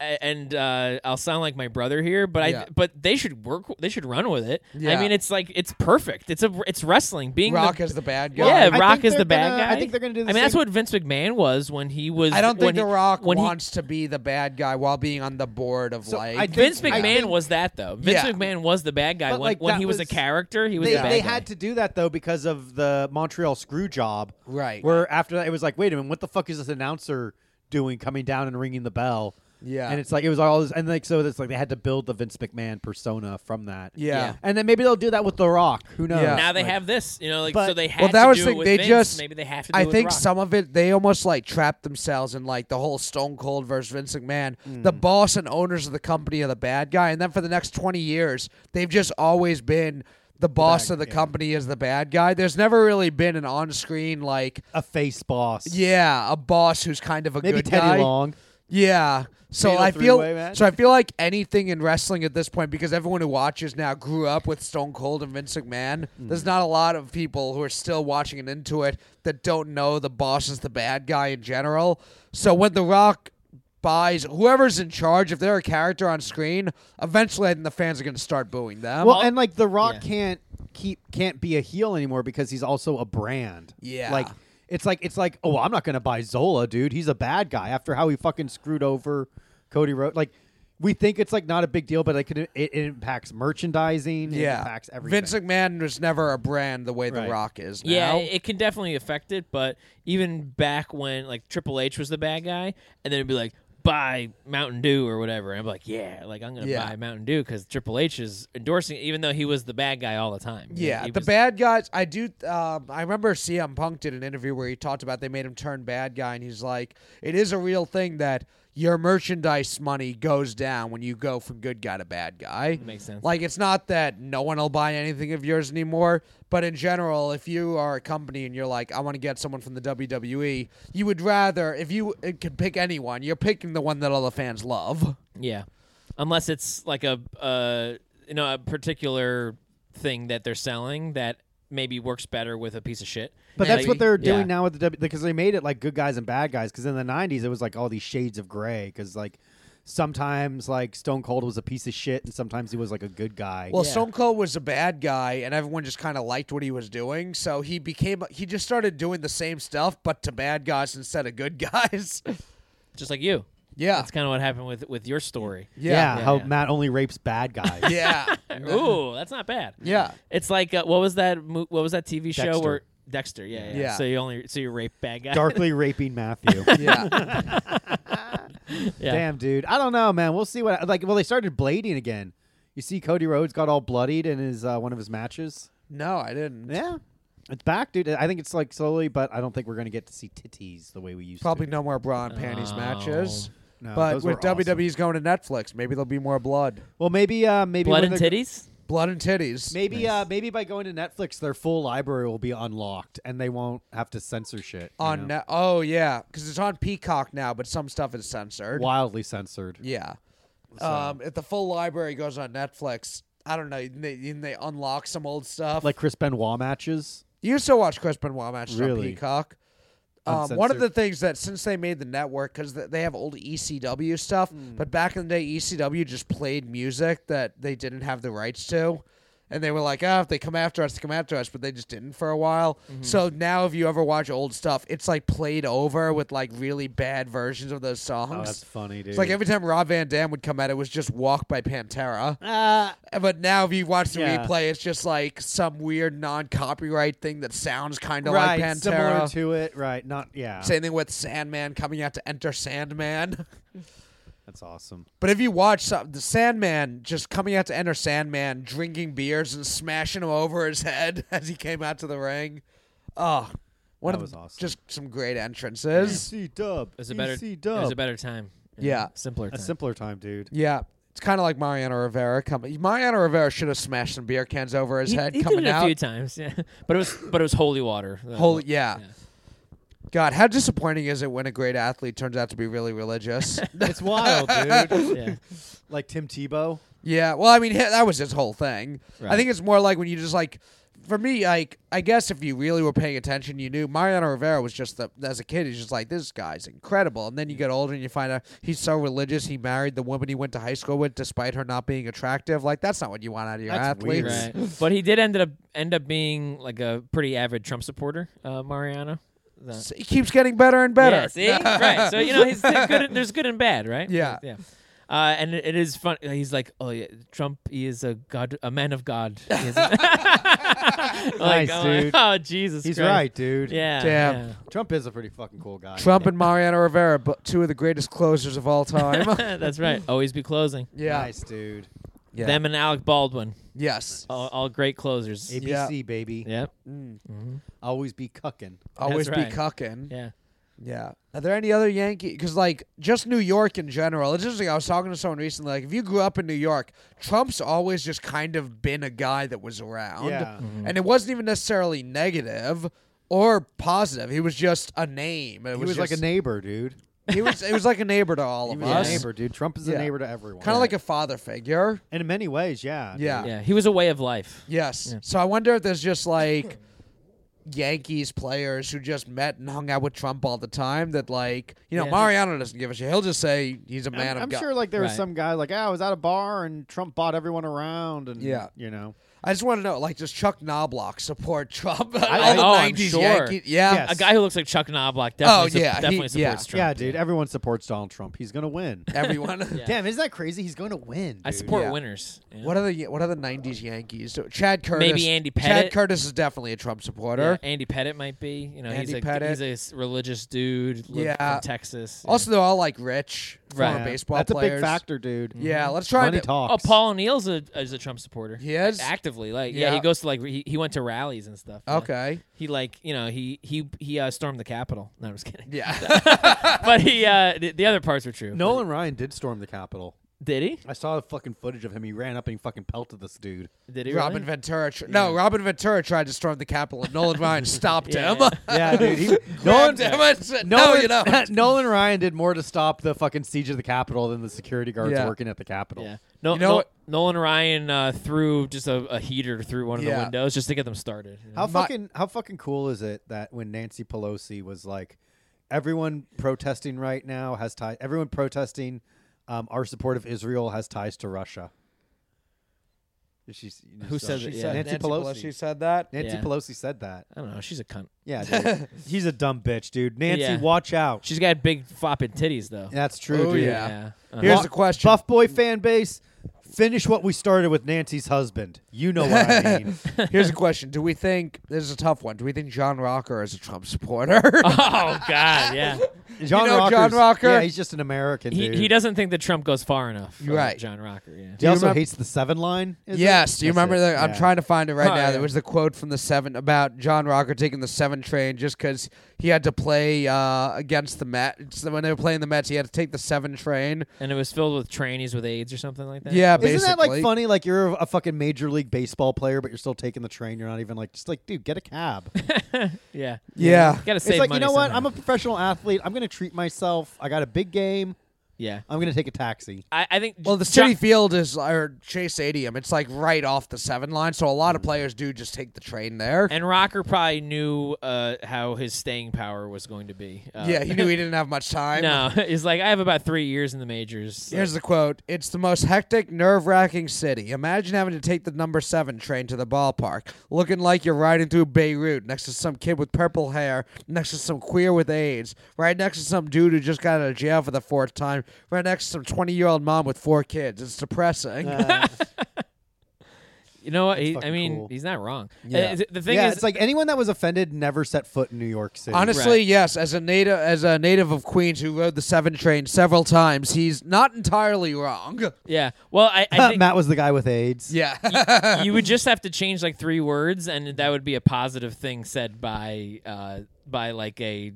a- and uh, I'll sound like my brother here, but I
Yeah.
but they should work they should run with it. I
Yeah.
mean it's like it's perfect. It's a it's wrestling being the-
Rock is the bad guy.
yeah,
I
Rock
think
is the
they're
bad
gonna-
guy.
I think they're gonna do the
I mean, that's
same-
what Vince McMahon was when he was.
I don't think
when he-
The Rock
when he-
wants to be the bad guy while being on the board of
So,
like.
I think-
Vince
I
McMahon
think-
was that though. Vince
Yeah.
McMahon was the bad guy
But,
when,
like,
when
that
he was, a
was-
character. He was
they
the bad
they
guy.
had to do that though because of the Montreal screw job,
Right.
Where after that it was like, wait a minute, what the fuck is this announcer doing coming down and ringing the bell?
Yeah.
and it's like it was all this, and like so it's like they had to build the Vince McMahon persona from that.
Yeah. Yeah.
and then maybe they'll do that with The Rock. Who knows?
Yeah.
now they
Like,
have this, you know, like
But-
so they had
well, that
to
was
do
the
it
thing.
with
They
Vince.
just
maybe they have to. Do
I
it with
think
Rock.
some of it they almost like trapped themselves in like the whole Stone Cold versus Vince McMahon.
Hmm.
The boss and owners of the company are the bad guy, and then for the next twenty years they've just always been the boss
bad-
of the
yeah.
company is the bad guy. There's never really been an on-screen like
a face boss.
yeah a boss who's kind of a
maybe
good
Teddy
guy.
Long.
Yeah. So
Fatal
I feel
three-way match?
so I feel like anything in wrestling at this point because everyone who watches now grew up with Stone Cold and Vince McMahon.
Hmm.
There's not a lot of people who are still watching and into it that don't know the boss is the bad guy in general. So when The Rock buys whoever's in charge, if they're a character on screen, eventually I think the fans are going to start booing them.
Well,
all-
and like The Rock
Yeah.
can't keep can't be a heel anymore because he's also a brand.
Yeah.
Like it's like it's like oh I'm not gonna buy Zola, dude. He's a bad guy after how he fucking screwed over Cody Rhodes. Like we think it's like not a big deal, but like it, it impacts merchandising. It
yeah.
impacts everything.
Vince McMahon was never a brand the way The
Right.
Rock is now.
Yeah, it can definitely affect it. But even back when like Triple H was the bad guy, and then it'd be like buy Mountain Dew or whatever, and I'm like, yeah, like I'm gonna
Yeah.
buy Mountain Dew because Triple H is endorsing, it, even though he was the bad guy all the time.
Yeah,
He
the
was-
bad guys. I do. Um, I remember CM Punk did an interview where he talked about they made him turn bad guy, and he's like, "It is a real thing that your merchandise money goes down when you go from good guy to bad guy."
Makes sense.
Like, it's not that no one will buy anything of yours anymore, but in general, if you are a company and you're like, "I want to get someone from the WWE," you would rather, if you uh, could pick anyone, you're picking the one that all the fans love.
Yeah, unless it's like a uh, you know a particular thing that they're selling that maybe works better with a piece of shit.
But that's what
Like-
they're doing
Yeah.
now with the W because they made it like good guys and bad guys. Because in the '90s, it was like all these shades of gray. Because like sometimes like Stone Cold was a piece of shit, and sometimes he was like a good guy.
Well,
Yeah.
Stone Cold was a bad guy, and everyone just kind of liked what he was doing. So he became he just started doing the same stuff, but to bad guys instead of good (laughs) guys.
just like you.
yeah,
That's kind of what happened with with your story.
yeah,
Yeah,
how
yeah.
Matt only rapes
(laughs)
bad guys.
yeah,
(laughs)
(laughs)
Ooh, that's not bad.
yeah.
It's like uh, what was that? Mo- what was that TV show
Dexter.
where Dexter? Yeah, yeah.
Yeah.
So you only so you rape bad guys. (laughs)
Darkly raping Matthew.
yeah.
yeah.
Damn, dude. I don't know, man. We'll see what like. Well, they started blading again. You see, Cody Rhodes got all bloodied in his uh, one of his matches.
No, I didn't.
Yeah, it's back, dude. I think it's like slowly, but I don't think we're gonna get to see titties the way we used
Probably
to.
no more bra and panties
Oh.
matches.
No,
but
those
with E
were awesome.
WWE's going to Netflix, maybe there'll be more blood,
Well, maybe, uh, maybe
Blood
when
and
they're-
titties.
blood and titties.
Maybe, uh, maybe by going to Netflix, their full library will be unlocked, and they won't have to censor shit. you
on
know?
ne- oh yeah, because it's on Peacock now, but some stuff is censored.
wildly censored.
Yeah. Um, if the full library goes on Netflix, I don't know. and They, and they unlock some old stuff.
Like Chris Benoit matches.
you used to watch Chris Benoit matches on
Really?
Peacock. Um, one of
Uncensored.
the things that since they made the network, because th- they have old E ECW
Hmm.
E stuff, but back in the day, ECW just played music that they didn't have the rights to. and they were like, ah, if they come after us, they come after us, but they just didn't for a while.
Mm-hmm.
So now, if you ever watch old stuff, it's like played over with like really bad versions of those songs.
Oh, that's funny, dude.
It's like every time Rob Van Dam would come out, it was just "Walk" by Pantera.
Uh,
But now, if you watch the
Yeah.
replay, it's just like some weird non-copyright thing that sounds kind of
right,
like Pantera.
similar to it. Right, not yeah.
Same thing with Sandman coming out to Enter Sandman. (laughs)
That's awesome.
But if you watch some, the Sandman just coming out to enter Sandman, drinking beers and smashing him over his head (laughs) as he came out to the ring. Oh, one
That
of
was
the-
awesome.
just some great entrances.
EC Dub.
It was a better.
EC
It was
Dub.
a better time.
Yeah.
Simpler
A
time.
simpler time, dude.
Yeah, it's kind of like Mariano Rivera coming. Mariano Rivera should have smashed some beer cans over his
he,
head
he
coming
did it a
out.
few times, yeah. (laughs) But it was but it was holy water.
Holy yeah. God, how disappointing is it when a great athlete turns out to be really
(laughs)
religious?
It's wild, dude.
yeah.
Like Tim Tebow.
Yeah, well, I mean, he- that was his whole thing. I
Right.
think it's more like when you just like, for me, like, I guess if you really were paying attention, you knew Mariano Rivera was just the as a kid, he's just like this guy's incredible, and then you get older and you find out he's so religious. He married the woman he went to high school with, despite her not being attractive. Like that's not what you want out of your
That's
athletes. (laughs)
weird.
Right. but he did end up end up being like a pretty avid Trump supporter, uh, Mariano. The-
So he keeps getting better and better.
Yeah, see?
(laughs)
right. So you know, he's there's good. There's good and bad, right?
Yeah.
Yeah. Uh, and it, it is fun. He's like, oh yeah, Trump. He is a god, a (laughs) man of God. He
(laughs)
is- like,
Nice,
oh,
dude.
Oh Jesus,
He's
Christ.
right, dude.
Yeah.
Damn.
Trump is a pretty fucking cool guy.
Trump and Mariano Rivera, bu- two of the greatest closers of all
(laughs)
time.
yeah. That's right. Always be closing.
yeah.
Nice, dude.
Yeah.
Them and Alec Baldwin,
Yes. Oh,
all, all great closers.
ABC, baby.
Yep.
Mm.
Always be cucking.
Always
right.
be cucking.
Yeah.
Yeah. Are there any other Yankee? Because like just New York in general. It's interesting. I was talking to someone recently. Like if you grew up in New York, Trump's always just kind of been a guy that was around.
Yeah.
And it wasn't even necessarily negative or positive. He was just a name. It
He was, like a
just-
neighbor, dude.
(laughs) He was. It was like a neighbor to all
(laughs) He
of
was
us.
a neighbor, dude. Trump is
Yeah.
a neighbor to everyone.
Kind of like a father figure.
and in many ways, yeah.
Yeah.
Yeah. He was a way of life.
Yes.
Yeah.
So I wonder if there's just like (laughs) Yankees players who just met and hung out with Trump all the time that like you know
Yeah.
Mariano doesn't give a shit. He'll just say he's a
dude.
man
I'm,
of
I'm
God.
sure like there was
Right.
some guy like, ah, I was at a bar and Trump bought everyone around and
Yeah.
you know.
I just want to know, like, does Chuck Knoblock support Trump?
I-
all the
oh, I'm
90s
sure.
Yankees? Yeah.
Yes.
(laughs) A guy who looks like Chuck Knobloch definitely,
Oh,
sup-
yeah, he-
definitely
yeah.
supports Trump.
Yeah, dude. Everyone supports Donald Trump. He's gonna win.
Everyone.
Damn, isn't that crazy? He's gonna win.
I
dude.
support
Yeah.
winners. Yeah.
What are the What are the '90s Yankees? So Chad Curtis.
Maybe Andy
Chad
Pettit?
Curtis is definitely a Trump supporter.
Yeah, Andy Pettit might be. You know,
Andy
he's a
Pettit.
he's a s- religious dude. lived
Yeah.
from Texas. yeah.
Also, they're all like rich
Right.
former
Yeah.
baseball
That's
players.
a big factor, dude.
Yeah, let's try
Money
to.
oh,
talks.
Paul O'Neill's a is a Trump supporter.
He is?
A- actively like yeah.
Yeah.
he goes to like he, he went to rallies and stuff. yeah.
Okay.
he like you know he he he uh, stormed the Capitol. No, I'm just kidding.
Yeah.
(laughs) but he uh, the, the other parts were true.
Nolan Ryan did storm the Capitol.
did he?
I saw the fucking footage of him. He ran up and he fucking pelted this dude.
Did he?
Robin
really?
Ventura. Tr- No, Robin Ventura tried to storm the Capitol, and Nolan Ryan stopped him. (laughs)
Yeah.
Yeah, dude. (laughs) He,
Nolan him and said, "No, you don't."
(laughs) Nolan Ryan did more to stop the fucking siege of the Capitol than the security guards
Yeah.
working at the Capitol.
Yeah. No,
You know
no
what-
Nolan Ryan uh, threw just a, a heater through one of
Yeah.
the windows just to get them started. you know?
How
My-
fucking how fucking cool is it that when Nancy Pelosi was like, everyone protesting right now has ties. Everyone protesting um, our support of Israel has ties to Russia. She's,
Who said
she
that?
Said
Yeah.
Nancy, Pelosi.
said that.
Nancy
Yeah.
Pelosi said that.
I don't know. She's a cunt.
Yeah, dude. (laughs) he's a dumb bitch, dude. Nancy,
Yeah.
watch out.
She's got big flopping titties though.
That's true,
Oh,
dude.
yeah.
Uh-huh.
Here's
Bu-
the question.
Buff boy fan base, finish what we started with Nancy's husband. You know what
(laughs)
I mean.
Here's a question: Do we think this is a tough one? Do we think John Rocker is a Trump supporter?
(laughs) oh God, yeah.
John,
You know
Rocker's-
John Rocker?
Yeah, he's just an American
He,
dude.
he doesn't think that Trump goes far enough. uh,
Right.
John Rocker. Yeah.
He
you
also
remem-
hates the seven line.
(laughs)
is
Yes.
it?
Do you
That's
remember
it.
that? I'm
Yeah.
trying to find it right
Oh,
now. There
yeah.
was the quote from the seven about John Rocker taking the seven train just because he had to play uh, against the Mets. So When they were playing the Mets, he had to take the seven train.
And it was filled with trainees with AIDS or something like that.
Yeah, basically.
Isn't that like funny? Like you're a fucking major league baseball player, but you're still taking the train. You're not even like just like, dude, get
(laughs)
a cab.
Yeah.
Yeah.
Gotta
it's
save
like
money
you know what?
somehow.
I'm a professional athlete. I'm gonna treat myself. I got a big game.
Yeah.
I'm gonna take a taxi.
I, I think.
Well, the
Ju-
city field is or Chase Stadium. It's like right off the seven line, so a lot of players do just take the train there.
Mm. and Rocker probably knew uh, how his staying power was going to be. Uh,
yeah, he knew
(laughs)
he didn't have much time.
no, he's like I have about three years in the majors.
Here's the quote It's the most hectic, nerve wracking city. Imagine having to take the number seven train to the ballpark, looking like you're riding through Beirut next to some kid with purple hair, next to some queer with AIDS, right next to some dude who just got out of jail for the fourth time, right next to some 20 year old mom with four kids. It's depressing.
Uh, you know what? He, I
fucking
mean,
cool.
he's not wrong.
Yeah.
Uh, th- the thing
yeah,
is,
it's like anyone that was offended never set foot in New York City.
Honestly,
Right.
yes. As a native, as a native of Queens who rode the seven train several times, he's not entirely
(laughs)
wrong.
yeah. Well, I,
(laughs)
I think
Matt was the guy with AIDS.
Yeah,
you would just have to change like three words, and that would be a positive thing said by uh, by like a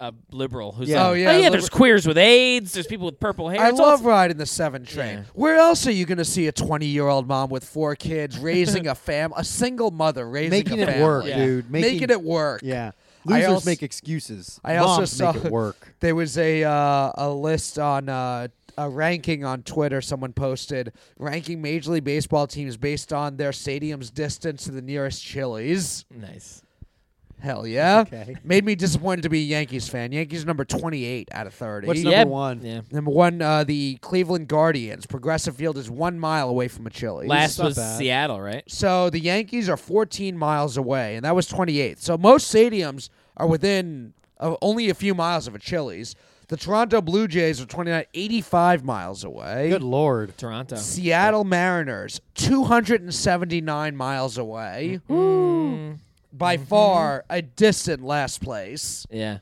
a liberal who's
Yeah.
like,
Oh, yeah,
yeah,
liber-
there's queers with AIDS, there's people with purple
(laughs)
hair.
I
It's all-
love riding the seven train.
Yeah.
Where else are you going to see a twenty-year-old mom with four kids raising
(laughs)
a fam, a single mother raising
making
a
it
family,
work,
Yeah.
dude. Making,
making it work?
Yeah,
I
losers
also-
make excuses.
I also
Moms
saw
make
(laughs)
it work.
there was a uh, a list on uh, a ranking on Twitter. Someone posted ranking Major League Baseball teams based on their stadium's distance to the nearest Chili's.
nice.
Hell yeah!
Okay.
Made me disappointed to be a Yankees fan. Yankees number twenty-eight out of thirty.
What's
yeah,
number one?
Yeah.
Number one, uh, the Cleveland Guardians. Progressive Field is one mile away from a Chili's.
Last
not
was
bad.
Seattle, right?
So the Yankees are 14 miles away, and that was 28th. So most stadiums are within uh, only a few miles of a Chili's. The Toronto Blue Jays are 29, 85 miles away.
Good lord.
Toronto.
Seattle Mariners, 279 miles away.
Mm-hmm.
By far, a distant last place.
Yeah.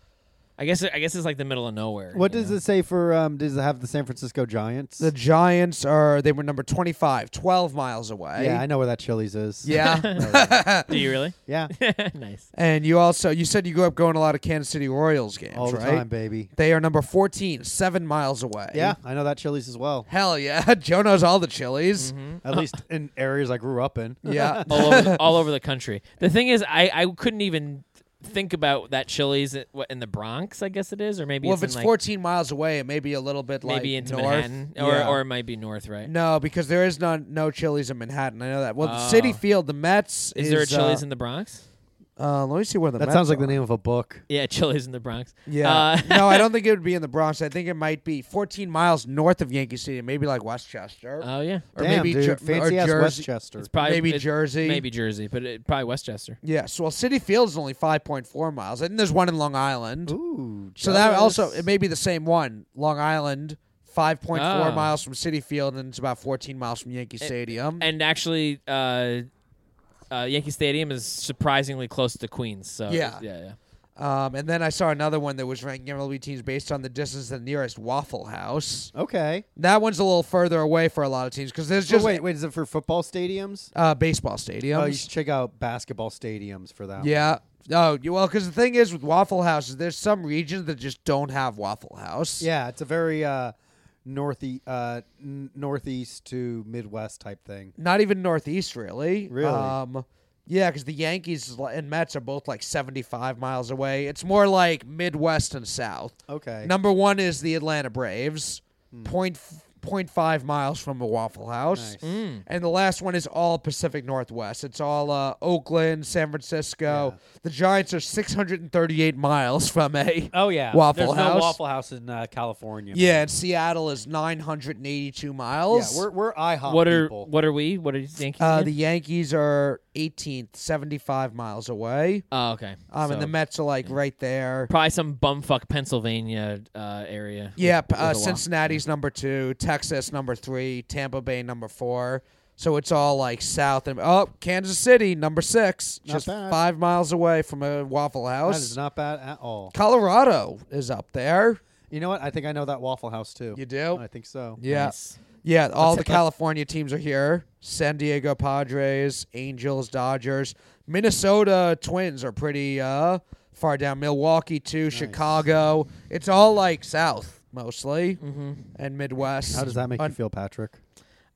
I guess I guess it's like the middle of nowhere.
What
you
does
know?
it say for? Um, does it have the San Francisco Giants?
The Giants are, they were number 25, 12 miles away.
yeah, I know where that Chili's is.
(laughs)
Yeah. (laughs)
Do you really? (laughs)
yeah,
nice.
and you also, you said you grew up going to a lot of Kansas City Royals games,
all the
right?
time, baby.
They are number 14, seven miles away.
Yeah, I know that Chili's as well.
Hell yeah. (laughs) Joe knows all the chilies.
Mm-hmm.
At least in areas I grew up in.
Hmm? Yeah.
all over all over the country. The thing is, I, I couldn't even think about that Chili's at- what, in the Bronx. I guess it is, or (laughs) maybe
well,
it's
if it's
in, like,
14 miles away, it may be a little bit like
maybe into
north.
Manhattan, or
Yeah.
or it might be north, right?
no, because there is not no Chili's in Manhattan. I know that. Well, the
Oh.
City Field, the Mets
Is,
is,
there a Chili's
uh,
in the Bronx?
uh, let me see where the
That
Mets
sounds like the
are.
name of a book.
Yeah, (laughs) Chili's in the Bronx.
Yeah.
(laughs)
Uh,
(laughs) no, I don't think it would be in the Bronx. I think it might be 14 miles north of Yankee Stadium, maybe like Westchester
(laughs)
Uh,
oh yeah,
or
Damn,
maybe
dude,
Jer-
fancy
or
ass
Jersey.
Westchester.
it's probably
Maybe
it-
Jersey.
maybe Jersey, but it, probably Westchester.
Yes. Well, City Field is only 5.4 miles. I think there's one in Long Island.
Ooh,
So that
jealous.
also it may be the same one. Long Island, five point four
Ah.
Oh.
miles from City Field, and it's about fourteen miles from Yankee
Eh,
Stadium.
And actually, uh, uh, Yankee Stadium is surprisingly close to Queens. So
Yeah.
yeah, yeah.
um, and then I saw another one that was ranked MLB teams based on the distance to the nearest Waffle House.
okay.
That one's a little further away for a lot of teams because there's just
oh, wait, wait. Is it for football stadiums?
uh, baseball
Oh, you should
stadiums.
check out basketball stadiums for that. one.
yeah. Oh, you- well, because the thing is with Waffle Houses, there's some regions that just don't have Waffle House.
Yeah, it's a very uh, northe- uh, n- northeast to Midwest type thing.
Not even Northeast, really.
Really?
Um, yeah, because the Yankees is li- and Mets are both like 75 miles away. It's more like Midwest and South.
Okay.
Number one is the Atlanta Braves, point f- point five miles from a Waffle House.
Hmm. Nice.
And the last one is all Pacific Northwest. It's all uh, Oakland, San Francisco. The Giants are 638 miles from a.
Oh yeah,
Waffle There's no House. Waffle
Waffle House in uh, California.
Yeah, and Seattle is 982 miles.
we're we're IHOP
What are
people.
what are we? What are Yankees?
Uh,
again?
the Yankees are 18th, 75 miles away.
oh, okay.
Um, and
So
the Mets are like right there.
probably some bumfuck Pennsylvania uh, area.
Yeah, p-
with a
uh,
walk.
Cincinnati's number two, Texas number three, Tampa Bay number four. So it's all like south and oh, Kansas City number six,
Not
just
bad.
five miles away from a Waffle
that
House.
is not bad at all.
Colorado is up there.
You know what? I think I know that Waffle House too.
You do?
I think so.
Yeah,
Nice.
yeah. All the
Let's-
California teams are here: San Diego Padres, Angels, Dodgers, Minnesota Twins are pretty uh, far down. Milwaukee too, Chicago. It's all like south mostly and Midwest.
Mm-hmm. How does that make
Un-
you feel, Patrick?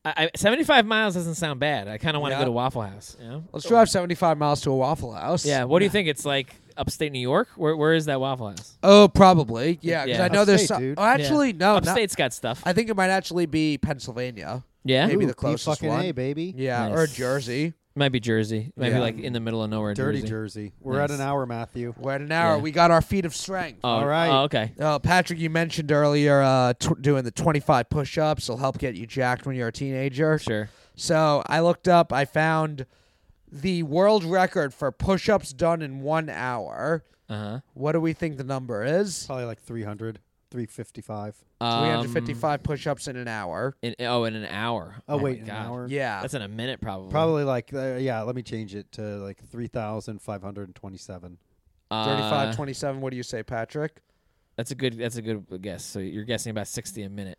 I, I, 75 miles doesn't sound bad. I kind of want to
Yeah.
go to Waffle House. You know?
Let's drive 75 miles to a Waffle House.
Yeah. What do you think? It's like upstate New York? Where where is that Waffle House?
Oh, probably. Yeah, because
Yeah.
I know there's
Upstate,
some.
dude.
Oh, actually,
Yeah.
no. not-
upstate's got stuff.
I think it might actually be Pennsylvania.
yeah,
maybe
Ooh,
the closest
fucking
one.
A, baby.
Yeah,
Nice.
or Jersey.
might be Jersey. Might
Yeah.
be like in the middle of nowhere.
Dirty
Jersey.
Jersey. We're at
Nice.
an hour, Matthew.
We're at an hour.
Yeah.
We got our feet of strength.
Oh,
Uh,
All right.
oh, okay.
Patrick, you mentioned earlier uh, tw- doing the 25 push ups will help get you jacked when you're a teenager.
Sure.
So I looked up, I found the world record for push ups done in one hour.
Uh
What do we think the number is?
Probably like 300, 355.
huh.
355 push ups in an hour.
Um, In, oh, in an hour.
Oh,
my
wait, an
God.
hour.
Yeah.
That's in a minute, probably.
Probably like uh, yeah. Let me change it to like three thousand five hundred twenty-seven.
Uh,
35, 27. What do you say, Patrick?
That's a good. That's a good guess. So you're guessing about sixty a minute.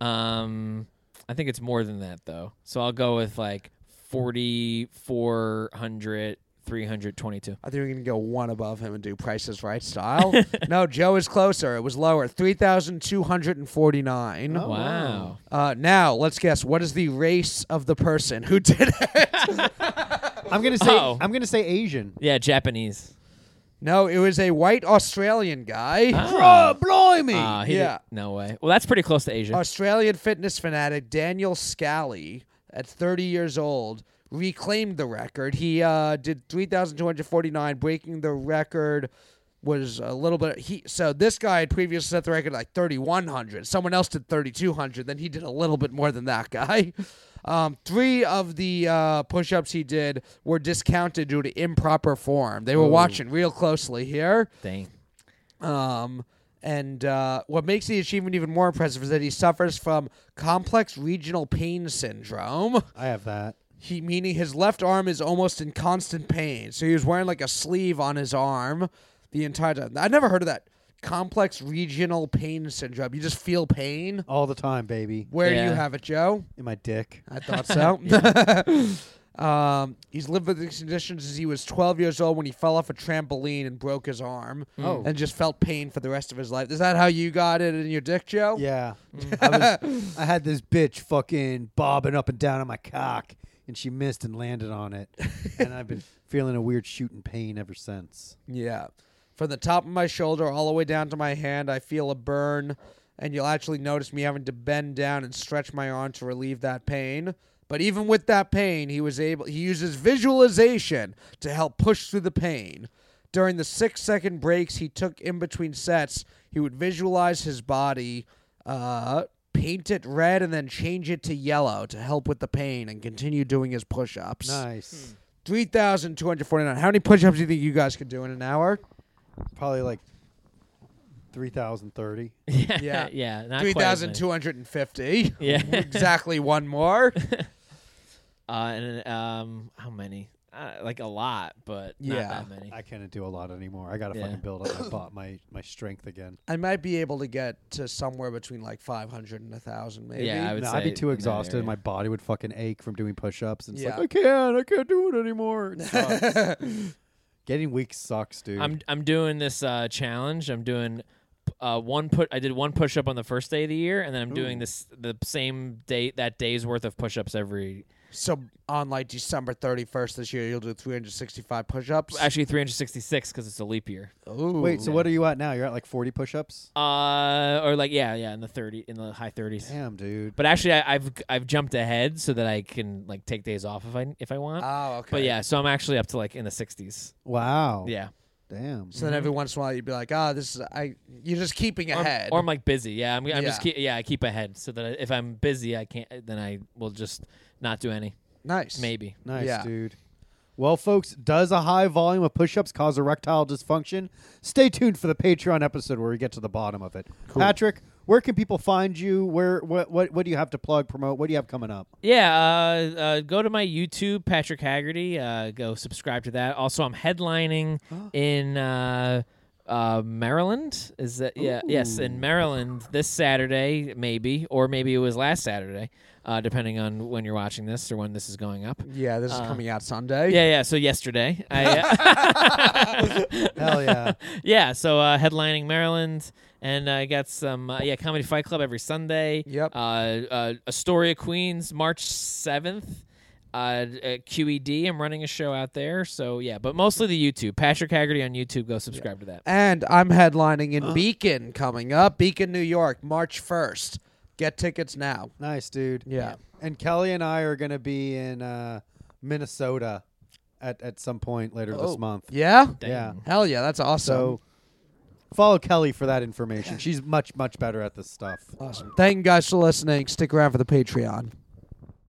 Um, I think it's more than that though. So I'll go with like 40, 400, 322.
I think we're going to go one above him and do prices right
(laughs)
style. no, Joe is closer. It was lower 3,249.
Oh,
wow.
wow.
Uh, now, let's guess what is the race of the person who did (laughs) it?
I'm gonna say
Oh.
I'm gonna say Asian.
Yeah, Japanese.
no, it was a white Australian guy.
Ah.
blimey!
Ah, he did-
Yeah.
no way. Well, that's pretty close to Asia.
Australian fitness fanatic Daniel Scally, at 30 years old, reclaimed the record. He uh, did 3,249, breaking the record was a little bit he so this guy had previously set the record at, like 3100 someone else did 3200 then he did a little bit more than that guy (laughs) um, three of the uh, push-ups he did were discounted due to improper form they were watching real closely here
Dang. (laughs)
um, and uh, what makes the achievement even more impressive is that he suffers from complex regional pain syndrome.
I have that.
He meaning his left arm is almost in constant pain. So he was wearing like a sleeve on his arm the entire time. I never heard of that complex regional pain syndrome. You just feel pain.
All the time, baby.
Where do
Yeah.
you have it, Joe?
In my dick.
I thought so. (laughs) um, he's lived with these conditions since he was 12 years old when he fell off a trampoline and broke his arm
Oh.
and just felt pain for the rest of his life. Is that how you got it in your dick, Joe?
Yeah. I, (laughs) was, I had this bitch fucking bobbing up and down on my cock, and she missed and landed on it. and I've (laughs) been feeling a weird shooting pain ever since.
Yeah. From the top of my shoulder all the way down to my hand, I feel a burn, and you'll actually notice me having to bend down and stretch my arm to relieve that pain. But even with that pain, he was able he uses visualization to help push through the pain. During the six second breaks he took in between sets, he would visualize his body, uh, paint it red and then change it to yellow to help with the pain and continue doing his push ups.
Hmm. Nice.
3,249. How many push ups do you think you guys could do in an hour?
Probably like three thousand thirty.
Yeah.
Yeah.
yeah. Not quite as many.
3,250.
Yeah.
(laughs) exactly one
(laughs)
more.
Uh, and um, how many? Uh, like a lot, but
Yeah.
not that many.
I can't do a lot anymore. I gotta
Yeah.
fucking build up my, (coughs) bo- my my strength again.
I might be able to get to somewhere between like 500 and 1,000, maybe.
Yeah, I would
No, I'd
say
be
in
too
that
exhausted.
area.
My body would fucking ache from doing push-ups. And it's
Yeah.
like, I can't, I can't do it anymore.
(laughs)
It sucks. Getting weak sucks, dude.
I'm I'm doing this uh, challenge. I'm doing uh, one put. I did one push up on the first day of the year, and then I'm doing this the same day that day's worth of push ups every.
So on like December 31st this year, you'll do 365 push ups.
Actually, 366 because it's a leap year.
Wait, so what are you at now? You're at like 40 push-ups?
Uh, or like yeah, yeah, in the 30, in the high 30s.
Damn, dude.
But actually, I, I've I've jumped ahead so that I can like take days off if I if I want.
Oh, okay.
But yeah, so I'm actually up to like in the 60s.
Wow.
Yeah.
Damn.
So then every once in a while, you'd be like, ah, this is, I, you're just keeping
Mm-hmm. Or,
ahead.
or I'm like busy. Yeah, I'm, I'm just
Yeah.
keep, yeah, I keep ahead so that I, if I'm busy, I can't. Then I will just not do any.
nice.
Maybe.
nice,
yeah.
dude. Well, folks, does a high volume of push-ups cause erectile dysfunction? Stay tuned for the Patreon episode where we get to the bottom of it. Patrick, where can people find you? Where what, what what do you have to plug, promote? What do you have coming up?
Yeah, uh, uh, go to my YouTube, Patrick Haggerty. Uh, go subscribe to that. Also, I'm headlining
Oh.
in uh, uh, Maryland. Is that yeah? Yes, in Maryland this Saturday, maybe, or maybe it was last Saturday, uh, depending on when you're watching this or when this is going up.
Yeah, this is coming out Sunday.
Uh, Yeah, yeah. So yesterday, uh, (laughs) I,
Hell yeah.
(laughs) yeah. So uh, headlining Maryland, and I got some uh, yeah comedy Fight Club every Sunday.
Yep.
Uh, uh, Astoria, Queens, March seventh. uh, at QED. I'm running a show out there. So yeah, but mostly the YouTube. Patrick Haggerty on YouTube. Go subscribe to that.
And I'm headlining
Uh.
in Beacon coming up, Beacon, New York, March 1st. Get tickets now.
Nice, dude.
Yeah.
And Kelly and I are going to be in uh, Minnesota at, at some point later this month.
Yeah?
Yeah.
Hell yeah, that's awesome.
So follow Kelly for that information. She's much, much better at this stuff.
awesome. Thank you guys for listening. Stick around for the Patreon.